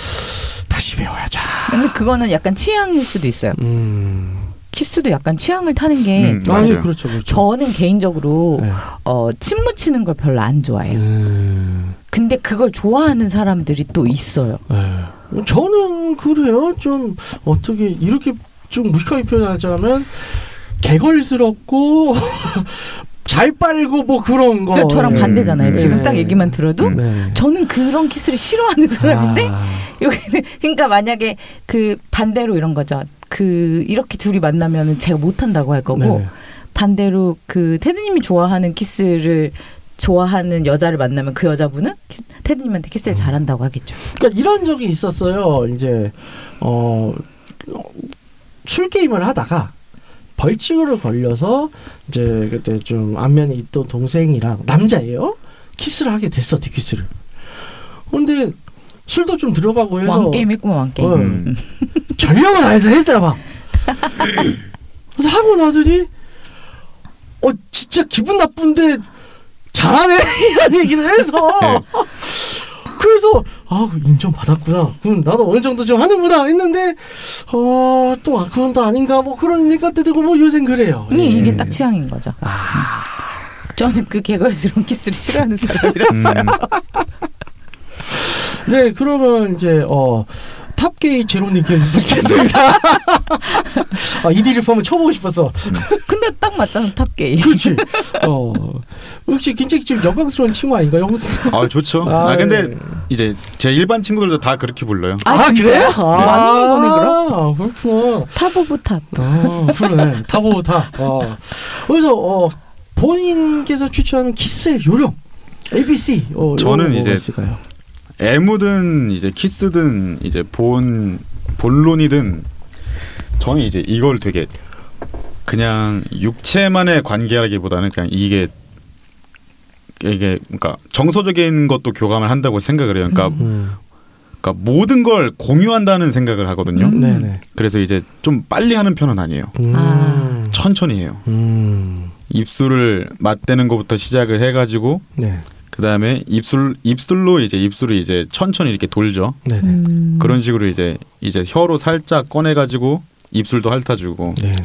S3: 다시 배워야죠.
S4: 근데 그거는 약간 취향일 수도 있어요.
S3: 음.
S4: 키스도 약간 취향을 타는 게
S2: 음,
S3: 아니
S2: 맞아요.
S3: 그렇죠, 그렇죠.
S4: 저는 개인적으로
S3: 네.
S4: 어, 침 묻히는 걸 별로 안 좋아해요.
S3: 음,
S4: 근데 그걸 좋아하는 사람들이 또 있어요.
S3: 에. 네. 저는 그래요. 좀 어떻게 이렇게 좀 무식하게 표현하자면 개걸스럽고 잘 빨고 뭐 그런 거.
S4: 그러니까 저랑
S2: 네.
S4: 반대잖아요.
S3: 음, 예.
S2: 네.
S4: 지금 딱 얘기만 들어도
S2: 음.
S3: 네.
S4: 저는 그런 키스를 싫어하는 사람인데
S3: 아,
S4: 여기는 그러니까 만약에 그 반대로 이런 거죠. 그 이렇게 둘이 만나면 제가 못 한다고 할 거고
S3: 네.
S4: 반대로 그 테드님이 좋아하는 키스를 좋아하는 여자를 만나면 그 여자분은 키- 테드님한테
S3: 음.
S4: 키스를 잘한다고 하겠죠.
S3: 그러니까 이런 적이 있었어요. 이제 어, 술 게임을 하다가 벌칙으로 걸려서 이제 그때 좀 안면에 있던 동생이랑 남자예요. 키스를 하게 됐어 뒷키스를. 근데 술도 좀 들어가고 해서
S4: 왕 게임 했구만 왕 게임.
S3: 어.
S2: 음.
S3: 전력을 다해서 했잖아 막. 그래서 하고 나더니 어 진짜 기분 나쁜데 잘하네 이런 얘기를 해서
S2: 네.
S3: 그래서 아 인정받았구나 그럼 나도 어느 정도 좀 하는구나 했는데 어또 아, 그건 또 아닌가 뭐 그런 생각도 들고 뭐 요새 그래요
S4: 이-
S3: 예.
S4: 이게 딱 취향인 거죠.
S3: 아,
S4: 저는 그 개걸스러운 키스를 싫어하는 사람이라.
S2: 음.
S3: 네 그러면 이제 어 탑게이 제로님께
S2: 음. 네.
S3: 묻겠습니다 아 이디 리폼을 쳐보고 싶었어
S4: 근데 딱 맞잖아 탑 게임.
S3: 그렇지. 어. 혹시 굉장히 좀 영광스러운 친구 아닌가요?
S2: 아 좋죠. 아,
S3: 아,
S2: 근데
S3: 네.
S2: 이제 제 일반 친구들도 다 그렇게 불러요.
S4: 아, 진짜요? 맞는 거네, 그럼?
S3: 아, 그렇구나.
S4: 탑 오브 탑.
S3: 아, 그러네. 다보 다. 어. 그래서 어, 본인께서 추천하는 키스의 요령. ABC. 어,
S2: 저는
S3: 요런
S2: 이제
S3: 뭐가 있을까요?
S2: 애무든 이제 키스든 이제 본 본론이든 저는 이제 이걸 되게 그냥 육체만의 관계라기보다는 그냥 이게
S3: 음.
S2: 이게 그러니까 정서적인 것도 교감을 한다고 생각을 해요. 그러니까 그러니까 모든 걸 공유한다는 생각을 하거든요.
S4: 음.
S3: 네네.
S2: 그래서 이제 좀 빨리 하는 편은 아니에요.
S3: 음.
S4: 아.
S2: 천천히 해요.
S3: 음.
S2: 입술을 맞대는 것부터 시작을 해가지고
S3: 네.
S2: 그 다음에 입술 입술로 이제 입술을 이제 천천히 이렇게 돌죠.
S3: 네네.
S4: 음.
S2: 그런 식으로 이제 이제 혀로 살짝 꺼내가지고 입술도 핥아주고
S3: 네네.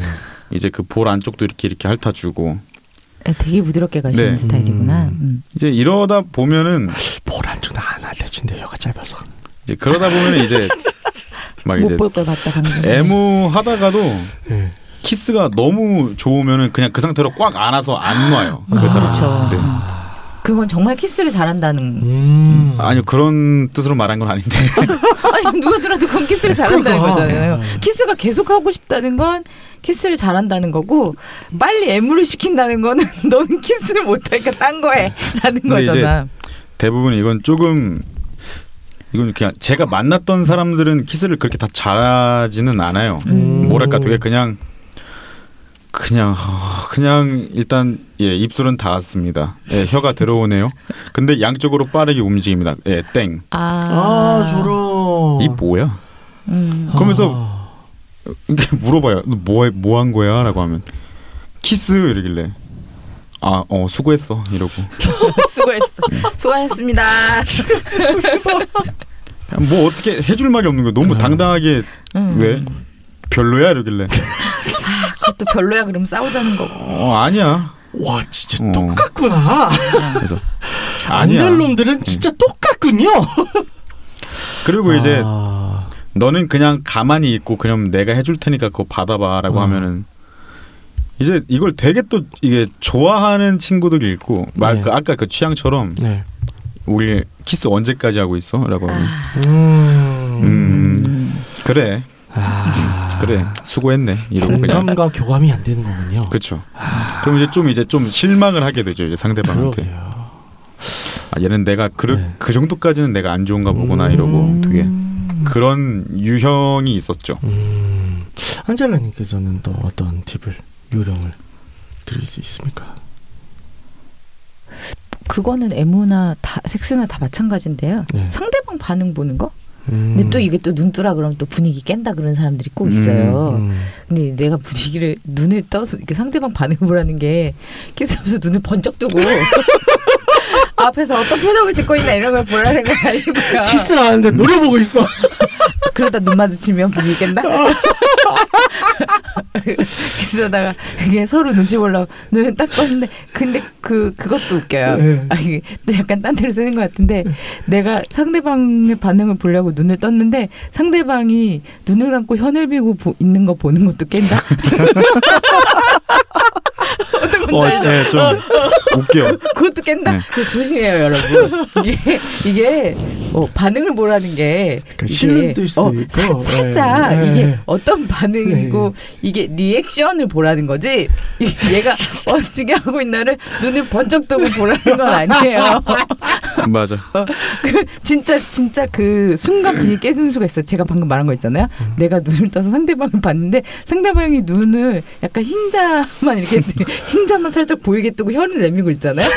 S2: 이제 그 볼 안쪽도 이렇게 이렇게 핥아주고
S4: 되게 부드럽게 가시는
S2: 네.
S4: 스타일이구나. 음.
S2: 이제 이러다 보면은
S3: 보란주는 안 알려진대 혀가 짧아서.
S2: 이제 그러다 보면 이제 막
S4: 못
S2: 아, 이제
S4: 볼 걸 봤다 방금.
S2: 애무하다가도
S3: 네.
S2: 키스가 너무 좋으면은 그냥 그 상태로 꽉 안아서 안 놔요.
S4: 아,
S2: 그 사람.
S4: 그렇죠.
S2: 네.
S4: 음. 그건 정말 키스를 잘한다는.
S3: 음.
S2: 아니요 그런 뜻으로 말한 건 아닌데
S4: 아니 누가 들어도 그건 키스를 잘한다는
S3: 그러니까.
S4: 거잖아요.
S3: 네.
S4: 키스가 계속 하고 싶다는 건 키스를 잘한다는 거고 빨리 애무를 시킨다는 거는 너는 키스를 못하니까 딴 거해라는
S2: 근데 이제
S4: 거잖아.
S2: 대부분 이건 조금 이건 그냥 제가 만났던 사람들은 키스를 그렇게 다 잘하지는 않아요.
S4: 음.
S2: 뭐랄까 되게 그냥 그냥 어, 그냥 일단 예 입술은 닿았습니다. 예, 혀가 들어오네요. 근데 양쪽으로 빠르게 움직입니다. 예, 땡.
S4: 아,
S3: 아, 저런.
S2: 이 뭐야?
S4: 음.
S3: 아.
S2: 그러면서- 이렇게 물어봐요. 뭐뭐한 거야?라고 하면 키스 이러길래 아 어 수고했어 이러고
S4: 수고했어. 수고하셨습니다.
S2: 뭐 어떻게 해줄 말이 없는 거야. 너무
S3: 아.
S2: 당당하게
S4: 음.
S2: 왜 별로야 이러길래
S4: 그것도 별로야 그럼 싸우자는 거고.
S2: 어 아니야.
S3: 와 진짜
S2: 어.
S3: 똑같구나.
S2: 그래서 아니야. 음.
S3: 안될 놈들은 진짜 똑같군요.
S2: 그리고 이제
S3: 아,
S2: 너는 그냥 가만히 있고 그냥 내가 해줄 테니까 그거 받아봐라고
S3: 음.
S2: 하면은 이제 이걸 되게 또 이게 좋아하는 친구들이 있고 말
S3: 네.
S2: 그 아까 그 취향처럼
S3: 네.
S2: 우리 키스 언제까지 하고 있어라고 하면
S4: 아,
S3: 음.
S2: 음
S4: 음.
S2: 그래
S3: 아.
S2: 그래 수고했네
S4: 음.
S2: 이러고 그냥
S3: 공감과 교감이 안 되는 거군요.
S2: 그렇죠. 그럼 이제 좀 이제 좀 실망을 하게 되죠 이제 상대방한테
S3: 그러게요.
S2: 아 얘는 내가 그,
S3: 네.
S2: 그 정도까지는 내가 안 좋은가 보구나 이러고 되게 그런 유형이 있었죠.
S3: 음. 안젤라님께서는 또 어떤 팁을 요령을 드릴 수 있습니까?
S4: 그거는 애무나 다 섹스나 다 마찬가지인데요.
S3: 네.
S4: 상대방 반응 보는 거?
S3: 음.
S4: 근데 또 이게 또 눈뜨라 그러면 또 분위기 깬다 그런 사람들이 꼭 있어요.
S3: 음.
S4: 근데 내가 분위기를 눈을 떠서 이렇게 상대방 반응을 보라는 게 키스하면서 눈을 번쩍 뜨고 앞에서 어떤 표정을 짓고 있나 이런 걸 보라는 건 아니고요.
S3: 키스를 하는데 노려보고 있어.
S4: 그러다 눈 마주치면 분위기 깬다. 키스하다가 이게 서로 눈치 보려고 눈을 딱 떴는데 근데 그 그것도
S3: 네.
S4: 웃겨요. 아 이게 또 약간 딴 데로 쓰는 것 같은데 내가 상대방의 반응을 보려고 눈을 떴는데 상대방이 눈을 감고 혀를 비고 보, 있는 거 보는 것도 깬다. 어떤 건지 알죠?
S2: 네, 좀 웃겨.
S4: 그것도 깬다.
S2: 네.
S4: 그거 조심해요, 여러분. 이게 이게 어, 반응을 보라는 게
S3: 그러니까 신뢰도 있을 수도 있고.
S4: 사, 살짝
S3: 네, 네, 네.
S4: 이게 어떤 반응이고 이게 리액션을 보라는 거지. 이게 얘가 어떻게 하고 있나를 눈을 번쩍 뜨고 보라는 건 아니에요.
S2: 맞아.
S4: 어, 그 진짜 진짜 그 순간 분위기 깨는 수가 있어. 요 제가 방금 말한 거 있잖아요.
S3: 음.
S4: 내가 눈을 떠서 상대방을 봤는데 상대방이 눈을 약간 흰자만 이렇게 흰자만 살짝 보이게 뜨고 혀를 내밀고 있잖아요.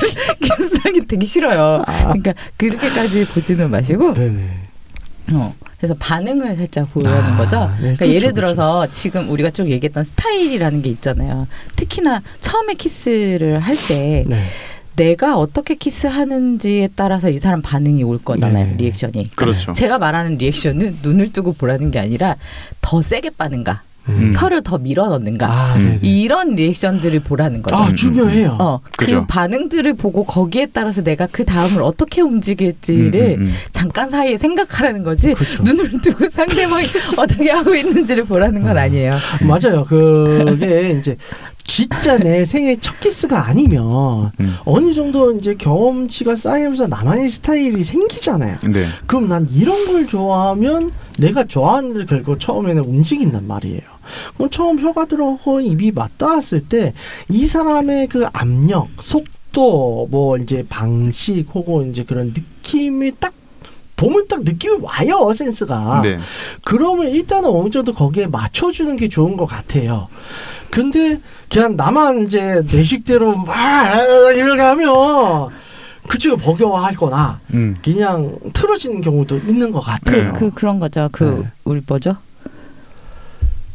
S4: 키스하기 되게 싫어요. 그러니까 그렇게까지 보지는 마시고
S3: 아. 네네.
S4: 어, 그래서 반응을 살짝 보라는
S3: 아,
S4: 거죠.
S3: 네,
S4: 그러니까
S3: 그렇죠,
S4: 예를
S3: 그렇죠.
S4: 들어서 지금 우리가 쭉 얘기했던 스타일이라는 게 있잖아요. 특히나 처음에 키스를 할때
S3: 네.
S4: 내가 어떻게 키스하는지에 따라서 이 사람 반응이 올 거잖아요
S3: 네네.
S4: 리액션이
S2: 그렇죠.
S4: 제가 말하는 리액션은 눈을 뜨고 보라는 게 아니라 더 세게 빠는가
S2: 음.
S4: 혀를 더 밀어 넣는가
S3: 아,
S2: 음.
S3: 네네.
S4: 이런 리액션들을 보라는 거죠
S3: 아, 중요해요.
S4: 어, 그
S2: 그죠.
S4: 반응들을 보고 거기에 따라서 내가 그 다음을 어떻게 움직일지를
S2: 음, 음, 음.
S4: 잠깐 사이에 생각하라는 거지
S3: 그렇죠.
S4: 눈을 뜨고 상대방이 어떻게 하고 있는지를 보라는 건 아니에요
S3: 맞아요. 그게 이제 진짜 내 생애 첫 키스가 아니면
S2: 음.
S3: 어느 정도 이제 경험치가 쌓이면서 나만의 스타일이 생기잖아요.
S2: 네.
S3: 그럼 난 이런 걸 좋아하면 내가 좋아하는 데 결국 처음에는 움직인단 말이에요. 그럼 처음 혀가 들어가고 입이 맞닿았을 때 이 사람의 그 압력, 속도, 뭐 이제 방식 혹은 이제 그런 느낌이 딱 보면 딱 느낌이 와요 센스가.
S2: 네.
S3: 그러면 일단은 어느 정도 거기에 맞춰주는 게 좋은 것 같아요. 근데 그냥 나만 이제 내 식대로 막 이렇게 하면 그쪽에 버겨워하거나
S2: 음.
S3: 그냥 틀어지는 경우도 있는 것 같아요.
S2: 그래요.
S4: 그, 그 그런 거죠. 그
S3: 네.
S4: 우리 뭐죠?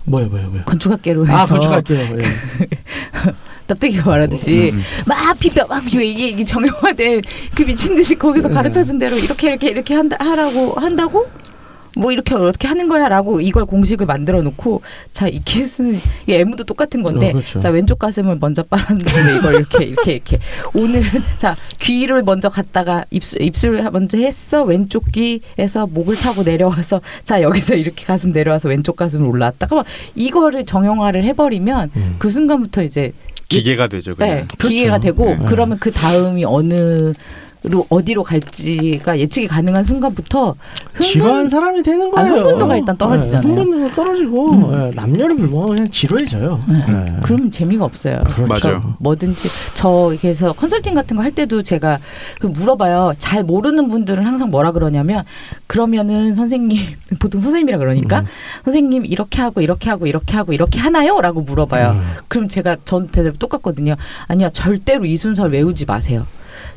S3: 뭐요, 뭐요, 뭐요.
S4: 건축학계로 해서
S3: 아, 건축할게요. 예.
S4: 납득이가 말하듯이
S3: 음,
S4: 막 비벼 막 비벼 이게, 이게 정형화된 그 미친 듯이 거기서
S3: 네.
S4: 가르쳐준 대로 이렇게 이렇게 이렇게 한다 하라고 한다고 뭐 이렇게 어떻게 하는 거야라고 이걸 공식을 만들어 놓고 자 이 키스는 이 애무도 똑같은 건데
S3: 어, 그렇죠.
S4: 자 왼쪽 가슴을 먼저 빨았는데 이걸 이렇게 이렇게 이렇게 오늘은 자 귀를 먼저 갔다가 입술 입술을 먼저 했어 왼쪽 귀에서 목을 타고 내려와서 자 여기서 이렇게 가슴 내려와서 왼쪽 가슴을 올라왔다가 막 이거를 정형화를 해버리면
S3: 음.
S4: 그 순간부터 이제
S2: 기계가 되죠. 그냥.
S4: 네, 기회가
S3: 그렇죠.
S4: 되고
S2: 네.
S4: 그러면 그 다음이 어느 로 어디로 갈지가 예측이 가능한 순간부터
S3: 지루한
S4: 흥분
S3: 사람이 되는
S4: 아니,
S3: 거예요.
S4: 흥분도가 일단 떨어지잖아요.
S3: 네, 흥분도가 떨어지고
S4: 음.
S3: 예, 남녀를 불면 그냥 지루해져요.
S4: 네.
S2: 음.
S3: 예.
S4: 그러면 재미가 없어요. 그러니까
S3: 그렇죠.
S2: 맞아요.
S4: 뭐든지 저 그래서 컨설팅 같은 거 할 때도 제가 그 물어봐요. 잘 모르는 분들은 항상 뭐라 그러냐면 그러면은 선생님 보통 선생님이라 그러니까 선생님 이렇게 하고 이렇게 하고 이렇게 하고 이렇게 하나요?라고 물어봐요.
S3: 음.
S4: 그럼 제가 전 대답 똑같거든요. 아니요, 절대로 이 순서를 외우지 마세요.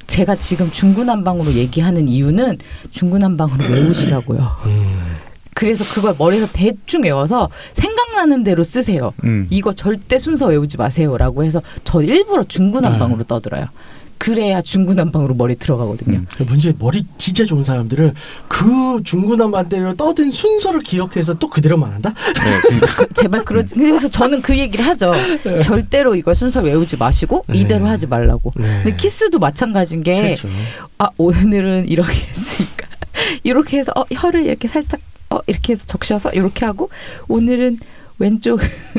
S4: 제가 지금 중구난방으로 얘기하는 이유는 중구난방으로 외우시라고요.
S3: 음.
S4: 그래서 그걸 머리에서 대충 외워서 생각나는 대로 쓰세요.
S2: 음.
S4: 이거 절대 순서 외우지 마세요라고 해서 저 일부러 중구난방으로
S3: 네.
S4: 떠들어요. 그래야 중구난방으로 머리 들어가거든요.
S2: 음.
S3: 문제 머리 진짜 좋은 사람들은 그 중구난반대로 떠든 순서를 기억해서 또 그대로만 한다.
S2: 네, 그러니까.
S4: 그- 제발 그러지.
S3: 음.
S4: 그래서 저는 그 얘기를 하죠. 절대로 이걸 순서 외우지 마시고 이대로
S3: 네.
S4: 하지 말라고.
S3: 네.
S4: 근데 키스도 마찬가지인 게
S3: 그렇죠.
S4: 아 오늘은 이렇게 했으니까 이렇게 해서 어 혀를 이렇게 살짝 어 이렇게 해서 적셔서 이렇게 하고 오늘은 왼쪽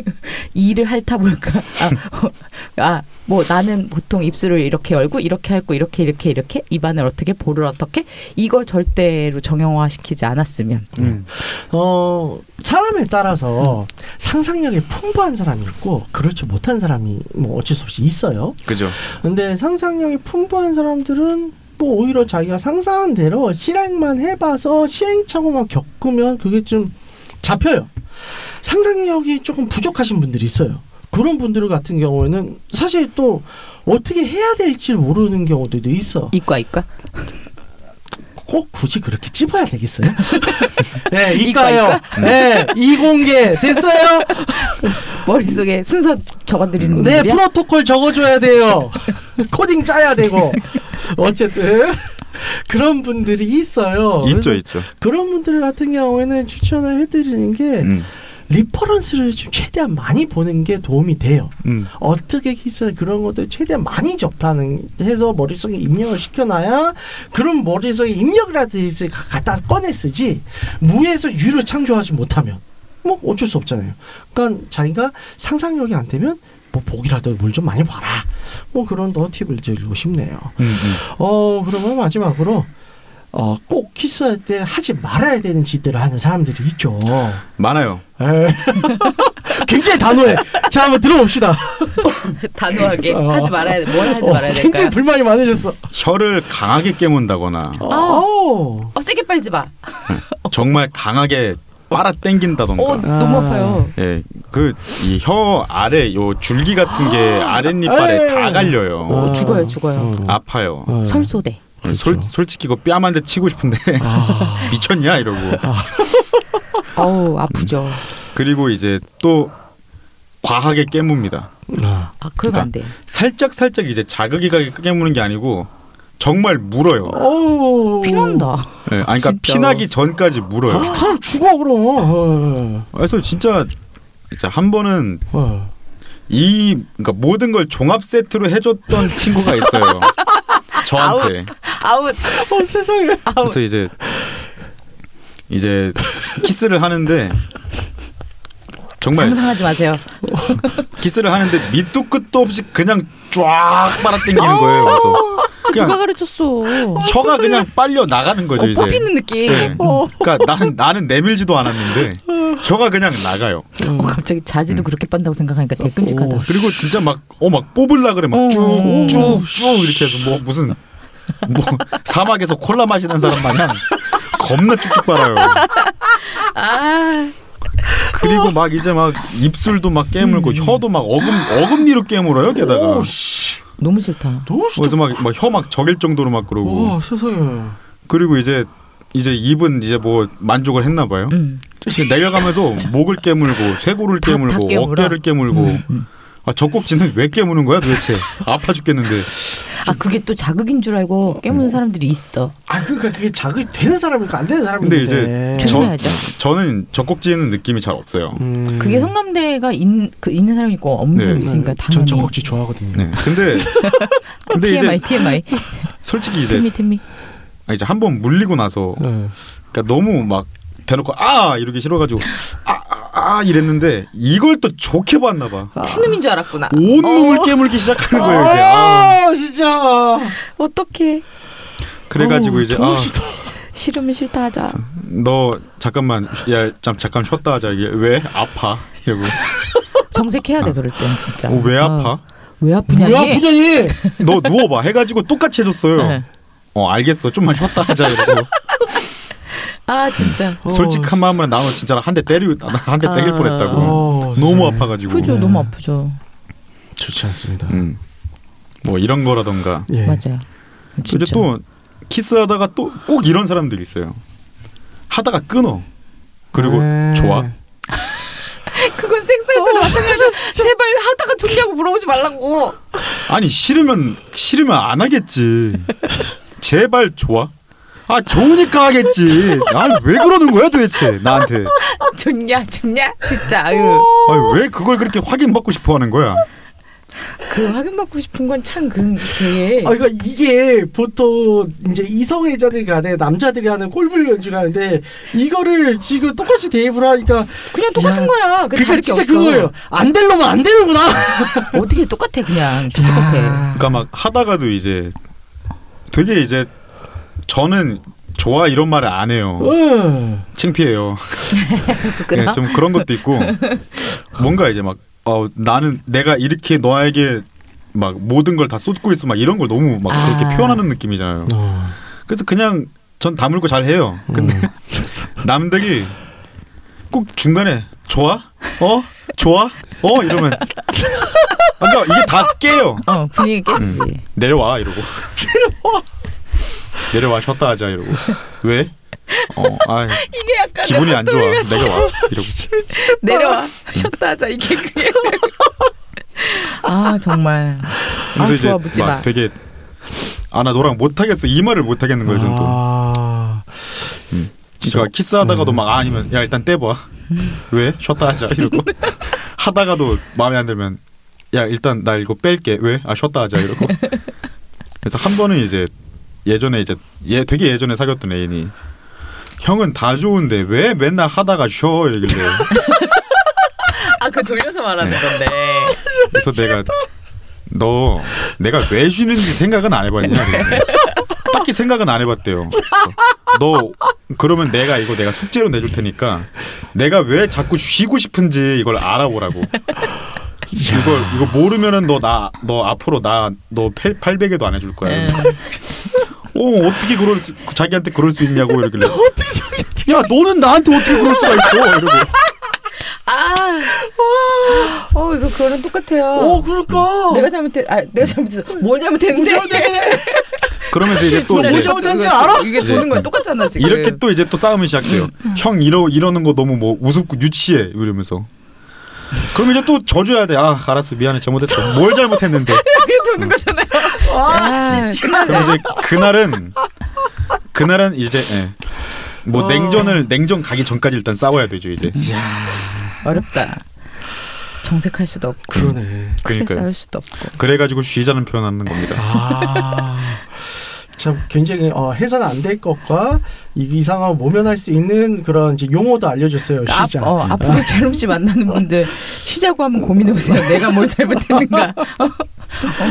S4: 이를 핥아볼까 어, 아뭐 나는 보통 입술을 이렇게 열고 이렇게 핥고 이렇게 이렇게 이렇게 입안을 어떻게 볼을 어떻게 이걸 절대로 정형화시키지 않았으면
S2: 음.
S3: 어 사람에 따라서 상상력이 풍부한 사람이 있고 그렇지 못한 사람이 뭐 어쩔 수 없이 있어요.
S2: 그죠.
S3: 근데 상상력이 풍부한 사람들은 뭐 오히려 자기가 상상한 대로 실행만 해봐서 시행착오만 겪으면 그게 좀 잡혀요. 상상력이 조금 부족하신 분들이 있어요. 그런 분들 같은 경우에는 사실 또 어떻게 해야 될지 모르는 경우들도 있어.
S4: 이과 이과
S3: 꼭 굳이 그렇게 찝어야 되겠어요? 네,
S4: 이과,
S3: 이과요. 네, 이공개 됐어요.
S4: 머릿속에 순서 적어드리는
S3: 네,
S4: 분들이야?
S3: 프로토콜 적어줘야 돼요. 코딩 짜야 되고. 어쨌든. 그런 분들이 있어요.
S2: 있죠,
S3: 그래서
S2: 있죠.
S3: 그런 분들 같은 경우에는 추천을 해드리는 게
S2: 음.
S3: 리퍼런스를 좀 최대한 많이 보는 게 도움이 돼요.
S2: 음.
S3: 어떻게 키스 그런 것들 최대한 많이 접하는 해서 머릿속에 입력을 시켜놔야 그런 머릿속에 입력이라든지 가- 갖다 꺼내 쓰지 무에서 유를 창조하지 못하면 뭐 어쩔 수 없잖아요. 그러니까 자기가 상상력이 안 되면 뭐 보기라도 뭘 좀 많이 봐라. 뭐 그런 더 팁을 드리고 싶네요.
S2: 음, 음.
S3: 어 그러면 마지막으로 어, 꼭 키스할 때 하지 말아야 되는 짓들을 하는 사람들이 있죠.
S2: 많아요.
S3: 에. 굉장히 단호해. 자 한번 들어봅시다.
S4: 단호하게
S3: 어.
S4: 하지 말아야 돼뭘 하지 말아야
S3: 어,
S4: 될까요?
S3: 굉장히 불만이 많으셨어.
S2: 혀를 강하게 깨문다거나
S3: 어.
S4: 어 세게 빨지 마.
S2: 정말 강하게 빨아 당긴다던가.
S3: 음.
S4: 어 너무 아파요.
S2: 예, 그 이 혀 아래 요 줄기 같은 게 아랫니
S3: 에이.
S2: 발에 다 갈려요.
S4: 어, 죽어요, 죽어요.
S3: 음.
S2: 아파요.
S4: 설소대.
S2: 솔, 솔직히 이거 뺨한 대 치고 싶은데
S3: 아,
S2: 미쳤냐 이러고.
S4: 아. 어우 아프죠.
S2: 그리고 이제 또 과하게 깨뭅니다.
S3: 아,
S4: 아 그건
S2: 그러니까.
S4: 안 돼.
S2: 살짝 살짝 이제 자극이 가게 깨무는 게 아니고 정말 물어요.
S3: 오.
S4: 피난다.
S2: 예, 아니, 그러니까
S4: 진짜.
S2: 피나기 전까지 물어요.
S3: 아, 사람 죽어 그럼.
S2: 그래서 진짜 진짜 한 번은
S3: 어, 어.
S2: 이 그러니까 모든 걸 종합 세트로 해줬던 친구가 있어요. 저한테.
S4: 아웃.
S3: 어, 세상에.
S4: 아.
S2: 그래서 이제 이제 키스를 하는데 정말
S4: 상상하지 마세요.
S2: 키스를 하는데 밑도 끝도 없이 그냥 쫙 빨아당기는 거예요. 그래서
S4: 어. 누가
S2: 그냥
S4: 가르쳤어?
S2: 혀가 그냥 빨려 나가는 거죠
S4: 어,
S2: 이제.
S4: 뽑히는 어. 느낌.
S2: 네. 그러니까 나는 나는 내밀지도 않았는데 혀가 그냥 나가요.
S4: 어, 갑자기
S2: 음.
S4: 자지도 그렇게 빤다고 생각하니까 되게 끔찍하다.
S3: 오.
S2: 그리고 진짜 막 어 막 뽑을라 그래 막
S4: 어.
S2: 쭉 쭉 쭉 이렇게 해서 뭐 무슨 뭐 사막에서 콜라 마시는 사람 마냥 겁나 쭉쭉 빨아요.
S4: 아,
S2: 그리고
S4: 음.
S2: 막 이제 막 입술도 막 깨물고 혀도 막 어금 어금니로 깨물어요. 게다가
S3: 오, 씨.
S4: 너무 싫다.
S3: 너무
S2: 그래서
S3: 싫다.
S2: 막혀 막 적일 정도로 막 그러고
S3: 와 세상에.
S2: 그리고 이제 이제 입은 이제 뭐 만족을 했나 봐요.
S4: 음.
S2: 이제 내려가면서 목을 깨물고 쇄골을
S4: 다- 다
S2: 깨물고
S4: 깨물어. 음,
S2: 어깨를 깨물고 아 젖꼭지는 왜 깨무는 거야 도대체 아파 죽겠는데
S4: 아 그게 또 자극인 줄 알고
S2: 음.
S4: 깨무는 사람들이 있어.
S3: 아 그러니까 그게 자극이 되는 사람이고 안 되는 사람인데.
S2: 근데 이제 저-
S4: 조심해야죠.
S2: 저는 젖꼭지는 느낌이 잘 없어요.
S3: 네. 음.
S4: 그게 성감대가 있는 그 있는 사람 있고 없는
S2: 네.
S4: 사람 있으니까
S3: 전
S4: 당연히. 어,
S3: 젖꼭지 좋아하거든요.
S2: 네. 근데 근데
S4: TMI
S2: 이제 네.
S4: TMI
S2: 솔직히 이제
S4: 팀미 팀미.
S2: 아, 이제 한 번 물리고 나서
S3: 네.
S2: 그러니까 너무 막 대놓고 아 이러기 싫어가지고 아 아 이랬는데 이걸 또 좋게 봤나
S4: 어.
S2: 봐.
S1: 신음인 줄 알았구나.
S2: 온 몸을 깨물기 시작하는 거예요 이게. 아.
S3: 아 진짜.
S1: 어떻게
S2: 그래가지고
S4: 어.
S2: 이제
S3: 정말 싫다.
S1: 싫으면 싫다 하자.
S2: 아 너 잠깐만 야 잠, 잠깐 쉬었다 하자 이게 왜 아파 이러고
S4: 정색해야 돼 그럴 땐 진짜.
S2: 어, 왜 아파?
S4: 어, 왜 아프냐니?
S3: 뭐야 부장님.
S2: 너 누워봐 해가지고 똑같이 해줬어요.
S4: 네.
S2: 어 알겠어 좀만 쉬었다 하자 이러고
S1: 아 진짜.
S3: 어.
S2: 솔직한 마음으로 나는 진짜 한 대 때리 나한 대 때릴
S4: 아.
S2: 뻔했다고
S3: 어,
S2: 너무
S3: 세상에.
S2: 아파가지고
S4: 그죠 너무 아프죠.
S3: 좋지 않습니다.
S2: 음. 뭐 이런 거라던가
S3: 예.
S4: 맞아요. 진짜.
S2: 이제 또 키스하다가 또 꼭 이런 사람들이 있어요. 하다가 끊어. 그리고
S3: 네.
S2: 좋아.
S1: 그건 섹스할 때도 마찬가지야. 제발 하다가 좋냐고 물어보지 말라고.
S2: 아니 싫으면 싫으면 안 하겠지. 제발 좋아. 아 좋으니까 하겠지. 난왜 그러는 거야 도대체 나한테.
S1: 어, 좋냐 좋냐 진짜. 아유.
S2: 아니 왜 그걸 그렇게 확인받고 싶어하는 거야.
S1: 그 확인받고 싶은 건 참 그런 되게
S3: 아, 그러니까 이게 보통 이제 이성애자들 간에 남자들이 하는 꼴불 연주가는데 이거를 지금 똑같이 대입을 하니까
S1: 그냥 똑같은
S3: 야,
S1: 거야. 그
S3: 그러니까
S1: 다를 게
S3: 진짜
S1: 없어.
S3: 그거예요. 안 될 놈은 안 되는구나.
S4: 어떻게 똑같아 그냥 똑같아.
S2: 그러니까 막 하다가도 이제 되게 이제 저는 좋아 이런 말을 안 해요.
S3: 응.
S2: 창피해요.
S4: 그럼
S2: 예, 좀 그런 것도 있고 뭔가 이제 막 어, 나는 내가 이렇게 너에게 막 모든 걸 다 쏟고 있어 막 이런 걸 너무 막 그렇게
S4: 아.
S2: 표현하는 느낌이잖아요. 그래서 그냥 전 다물고 잘 해요. 근데 남들이 꼭 중간에 좋아? 어? 좋아? 어? 이러면 그러니까 이게 다 깨요.
S4: 어 분위기 깼지.
S2: 음. 내려와 이러고 내려와 쉬었다 하자 이러고 왜? 어, 아,
S1: 이게 약간
S2: 기분이 안 좋아. 내려와 이러고
S1: 내려와 쉬었다 하자 이게 그게
S4: 아 정말. 아
S2: 그래서
S4: 좋아 묻지 마.
S2: 되게 아 나 너랑 못 하겠어 이 말을 못 하겠는 거예요 좀 또.
S3: 아.
S2: 그러니까 키스하다가도 막 아, 아니면 야 일단 떼봐 왜 쉬었다 하자 이러고 하다가도 마음에 안 들면 야 일단 나 이거 뺄게 왜아 쉬었다 하자 이러고 그래서 한 번은 이제 예전에 이제 예 되게 예전에 사귀었던 애인이 형은 다 좋은데 왜 맨날 하다가 쉬어 이러길래
S1: 아그 돌려서 말하는
S2: 네.
S1: 건데
S2: 그래서 내가 너 내가 왜 쉬는지 생각은 안 해봤냐? 그랬어요. 딱히 생각은 안 해봤대요. 그래서 너 그러면 내가 이거 내가 숙제로 내줄 테니까 내가 왜 자꾸 쉬고 싶은지 이걸 알아보라고. 이걸 이거 모르면은 너 나 너 앞으로 나 너 800에도 안 해줄
S4: 네.
S2: 거야.
S1: 음.
S2: 어 어떻게 그럴 수, 자기한테 그럴 수 있냐고 이러길래
S3: 어떻게 저기
S2: 야 너는 나한테 어떻게 그럴 수가 있어 이러고
S1: 아어 이거 그거랑
S3: 어
S1: 똑같아요
S3: 그럴까?
S1: 내가 잘못했 아 내가 잘못했어 뭘뭐 잘못했는데
S2: 그러면서 이제 또
S1: 진짜
S2: 이제
S3: 좀- 잘못한
S1: 이거-
S3: 줄 알아?
S1: 이게
S2: 이제-
S1: 도는
S4: 네.
S1: 거야 똑같잖아 지금 네.
S2: 이렇게 또 이제 또 싸움이 시작돼요. 형 이러 이러는 거 너무 뭐 우습고 유치해 이러면서. 그럼 이제 또 져줘야 돼. 아 알았어 미안해 잘못했어. 뭘 잘못했는데.
S4: 네.
S1: 이게 도는 거잖아요
S4: 아,
S2: 그럼 이제 그날은 그날은 이제 예. 뭐 냉전을 냉전 가기 전까지 일단 싸워야 되죠 이제.
S4: 어렵다. 정색할 수도 없고
S3: 그러네.
S4: 크게
S2: 그러니까 요
S4: 싸울 수도 없고.
S2: 그래가지고 쉬자는 표현하는 겁니다.
S3: 아. 참 굉장히 어, 해서는 안 될 것과 이 이상한 모면할 수 있는 그런 이제 용어도 알려줬어요. 아.
S4: 그러니까
S3: 시장.
S4: 앞, 어, 앞으로 재롬 씨 만나는 분들 쉬자고 한번 고민해 보세요. 내가 뭘 잘못했는가. 어,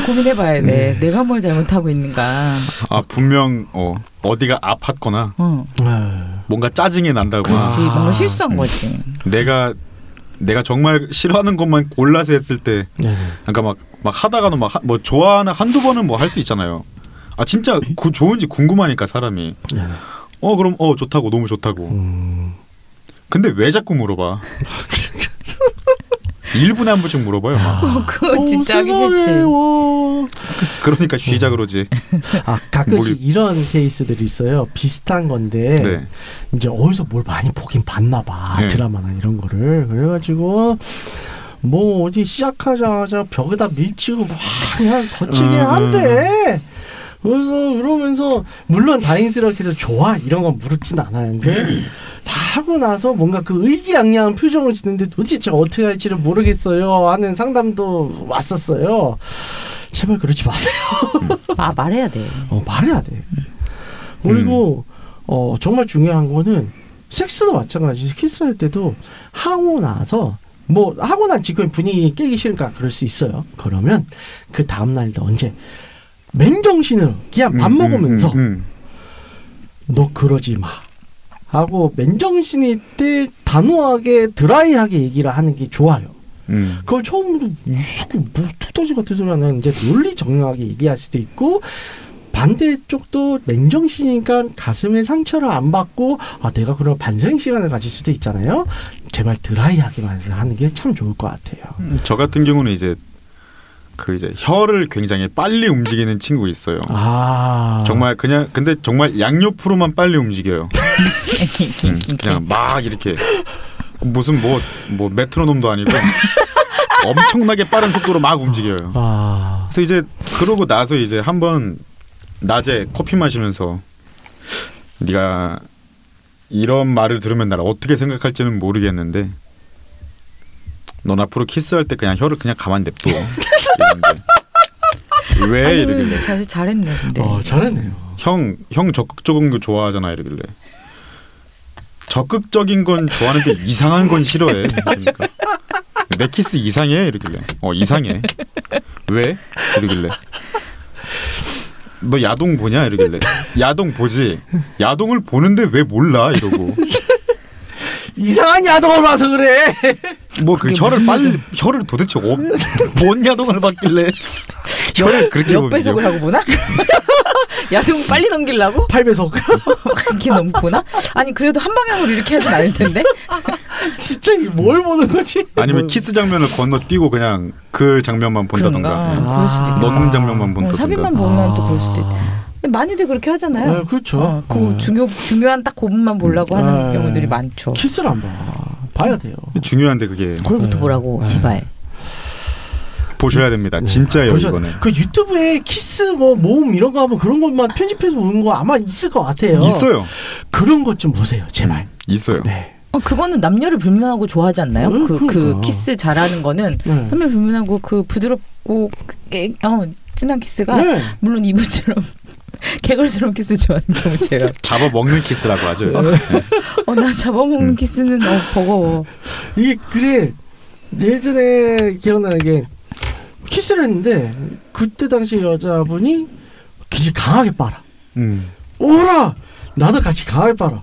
S4: 고민해봐야 돼. 내가 뭘 잘못하고 있는가.
S2: 아 분명 어 어디가 아팠거나
S4: 어,
S3: 아.
S2: 뭔가 짜증이 난다고.
S4: 그렇지.
S3: 아.
S4: 뭔가 실수한 거지.
S2: 내가 내가 정말 싫어하는 것만 골라서 했을 때
S3: 네.
S2: 그러니까 막, 막 하다가는 막 뭐 좋아하는 한두 번은 뭐 할 수 있잖아요. 아 진짜 그 좋은지 궁금하니까 사람이.
S3: 네.
S2: 어 그럼 어 좋다고 너무 좋다고.
S3: 음.
S2: 근데 왜 자꾸 물어봐? 1분에 한 번씩 물어봐요. 막.
S3: 아.
S1: 어, 그거 진짜 하기
S3: 세상에, 어,
S1: 싫지.
S3: 와.
S2: 그러니까
S3: 네.
S2: 쉬자 그러지.
S3: 아 가끔씩
S2: 뭘-
S3: 이런 케이스들이 있어요. 비슷한 건데
S2: 네.
S3: 이제 어디서 뭘 많이 보긴 봤나 봐
S2: 네.
S3: 드라마나 이런 거를 그래가지고 뭐 어디 시작하자마자 벽에다 밀치고 막 그냥 거치게
S2: 음,
S3: 한대. 그래서 그러면서 물론 다행스럽게도 좋아 이런 건 무릅진 않았는데 다 하고 나서 뭔가 그 의기양양한 표정을 짓는데 도대체 어떻게 할지를 모르겠어요 하는 상담도 왔었어요. 제발 그러지 마세요.
S4: 아 말해야 돼.
S3: 어, 말해야 돼. 그리고
S4: 음.
S3: 어, 정말 중요한 거는 섹스도 마찬가지. 키스할 때도 하고 나서 뭐 하고 난 직후에 분위기 깨기 싫으니까 그럴 수 있어요. 그러면 그 다음 날도 언제 맨정신으로 그냥 밥
S2: 음, 음,
S3: 먹으면서
S2: 음, 음.
S3: 너 그러지 마. 하고 맨정신일 때 단호하게 드라이하게 얘기를 하는 게 좋아요.
S2: 음.
S3: 그걸 처음으로 이 새끼 뭐 툭터지 같은 소리 하는 이제 논리 정확하게 얘기할 수도 있고 반대쪽도 맨정신이니까 가슴에 상처를 안 받고 아 내가 그런 반생 시간을 가질 수도 있잖아요. 제발 드라이하게 말을 하는 게 참 좋을 것 같아요.
S2: 음. 저 같은 경우는 이제 그 이제 혀를 굉장히 빨리 움직이는 친구 있어요.
S3: 아
S2: 정말 그냥 근데 정말 양옆으로만 빨리 움직여요. 음, 그냥 막 이렇게 무슨 뭐 뭐 메트로놈도 아니고 엄청나게 빠른 속도로 막 움직여요.
S3: 아
S2: 그래서 이제 그러고 나서 이제 한번 낮에 커피 마시면서 네가 이런 말을 들으면 날 어떻게 생각할지는 모르겠는데 넌 앞으로 키스할 때 그냥 혀를 그냥 가만 냅둬 이랬는데 왜
S1: 아니,
S2: 이러길래
S1: 잘 잘했네 근데.
S3: 어, 잘했네요.
S2: 형 형 적극적인 거 좋아하잖아 이러길래 적극적인 건 좋아하는데 이상한 건 싫어해 그러니까 내 키스 이상해 이러길래 어 이상해 왜 이러길래 너 야동 보냐 이러길래 야동 보지 야동을 보는데 왜 몰라 이러고
S3: 이상한 야동을 봐서 그래.
S2: 뭐 그 혀를 빨리 혀를 도대체 어, 뭔 야동을 봤길래 혀를 그렇게
S1: 몇
S2: 보는지
S1: 배속을 하고 보나? 야동 빨리 넘기려고?
S3: 팔배속
S1: 이렇게 넘구나? 아니 그래도 한 방향으로 이렇게 하진 않을 텐데.
S3: 진짜 이게 뭘 보는 거지?
S1: 그뭐
S2: 아니면 키스 장면을 건너뛰고 그냥 그 장면만 본다던가 예.
S1: 그런가? 그럴 수도 있겠다.
S2: 넣는 장면만
S1: 어,
S2: 본다던가 아.
S1: 삽입만 보면 또 그럴 수도 있다. 근데 많이들 그렇게 하잖아요.
S3: 네, 그렇죠.
S1: 어, 그
S3: 네.
S1: 중요 중요한 딱 고분만 보려고 하는
S3: 네.
S1: 경우들이 많죠.
S3: 키스를 안 봐. 봐야 돼요.
S2: 중요한데 그게
S4: 거기부터
S3: 네.
S4: 보라고
S3: 네.
S4: 제발.
S2: 보셔야 됩니다. 진짜예요
S3: 보셔-
S2: 이거는.
S3: 네. 그 유튜브에 키스 뭐 모음 이런 거 하면 그런 것만 편집해서 보는 거 아마 있을 것 같아요.
S2: 있어요.
S3: 그런 것 좀 보세요, 제발.
S2: 있어요.
S3: 네.
S1: 어, 그거는 남녀를 불문하고 좋아하지 않나요?
S3: 음,
S1: 그, 그
S3: 그러니까.
S1: 키스 잘하는 거는
S3: 네.
S1: 남녀 불문하고 그 부드럽고 깨, 어, 진한 키스가
S3: 네.
S1: 물론 이분처럼 개걸스러운 키스 좋아하는 경우 제가
S2: 잡아 먹는 키스라고 하죠.
S3: 네.
S1: 어나 잡아먹는
S2: 음.
S1: 키스는 어 버거워.
S3: 이게 그래 예전에 기억나는 게 키스를 했는데 그때 당시 여자분이 굉장히 강하게 빨아.
S2: 음.
S3: 오라, 나도 같이 강하게 빨아.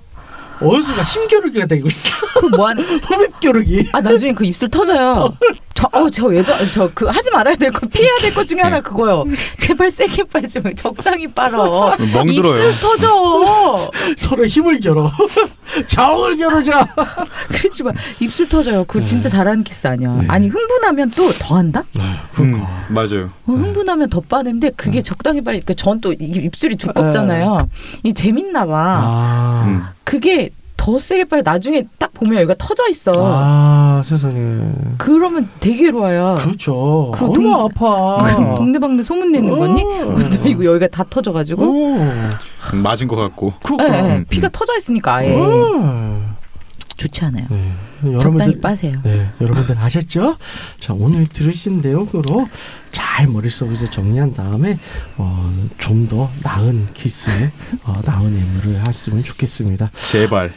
S3: 어느순간 힘겨루기가 되고 있어.
S1: 그뭐 하는?
S3: 흡입겨루기.
S1: 아 나중에 그 입술 터져요. 저어저 예전 저 그 하지 말아야 될 거 피해야 될
S3: 네.
S1: 것 중에 하나 그거요. 제발 세게 빨지 말고 적당히 빨아.
S2: 멍들어요.
S1: 입술 터져.
S3: 서로 힘을 겨뤄. 자웅을 겨루자.
S2: 음.
S1: 그렇지 마. 입술 터져요. 그
S3: 네.
S1: 진짜 잘하는 키스 아니야.
S3: 네.
S1: 아니 흥분하면 또 더 한다?
S2: 음, 맞아요.
S3: 네.
S1: 어, 흥분하면 더 빠는데 그게 적당히 빨리. 그러니까 전또 입술이 두껍잖아요. 이 재밌나 봐.
S3: 네. 아.
S2: 음.
S1: 그게 더 세게 빨리 나중에 딱 보면 여기가 터져 있어.
S3: 아 세상에
S1: 그러면 되게
S4: 어.
S1: 괴로워요.
S3: 그렇죠
S1: 그리고
S3: 얼마나
S1: 동-
S3: 아파
S1: 동네방네 소문내는
S3: 어.
S1: 거니? 그리고 여기가 다 터져가지고
S3: 어,
S2: 맞은 것 같고.
S1: 예,
S4: 네.
S3: 그러니까.
S1: 예.
S2: 음.
S1: 피가 터져 있으니까 아예
S3: 어.
S4: 좋지 않아요.
S3: 네.
S4: 적당히
S3: 여러분들
S4: 빠세요.
S3: 네 여러분들 아셨죠? 자 오늘 들으신 내용으로 잘 머릿속에서 정리한 다음에 어, 좀 더 나은 키스 어, 나은 애무를 했으면 좋겠습니다
S2: 제발.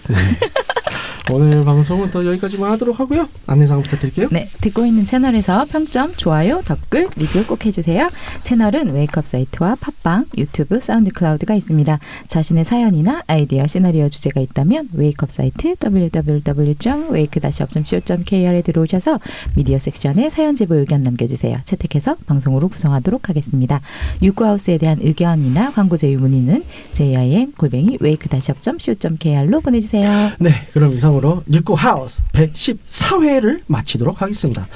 S3: 오늘 방송은 또 여기까지만 하도록 하고요 안내사항 부탁드릴게요
S4: 네, 듣고 있는 채널에서 평점, 좋아요, 댓글, 리뷰 꼭 해주세요. 채널은 웨이크업 사이트와 팟빵, 유튜브, 사운드 클라우드가 있습니다. 자신의 사연이나 아이디어, 시나리오 주제가 있다면 웨이크업 사이트 www.wake-up.co.kr에 들어오셔서 미디어 섹션에 사연 제보 의견 남겨주세요. 채택해서 방송으로 구성하도록 하겠습니다. 유쿠하우스에 대한 의견이나 광고 제휴 문의는 jin 골뱅이 wake-up.co.kr로 보내주세요.
S3: 네 그럼 이상 이상으로 니코 하우스 114회를 마치도록 하겠습니다.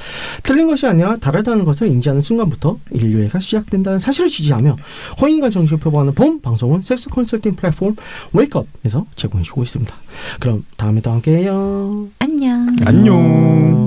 S3: 틀린 것이 아니라 다르다는 것을 인지하는 순간부터 인류애가 시작된다는 사실을 지지하며 혼인과 정신을 표방하는 봄 방송은 섹스 컨설팅 플랫폼 웨이크업에서 제공해주고 있습니다. 그럼 다음에 또 함께해요.
S4: 안녕.
S2: 안녕.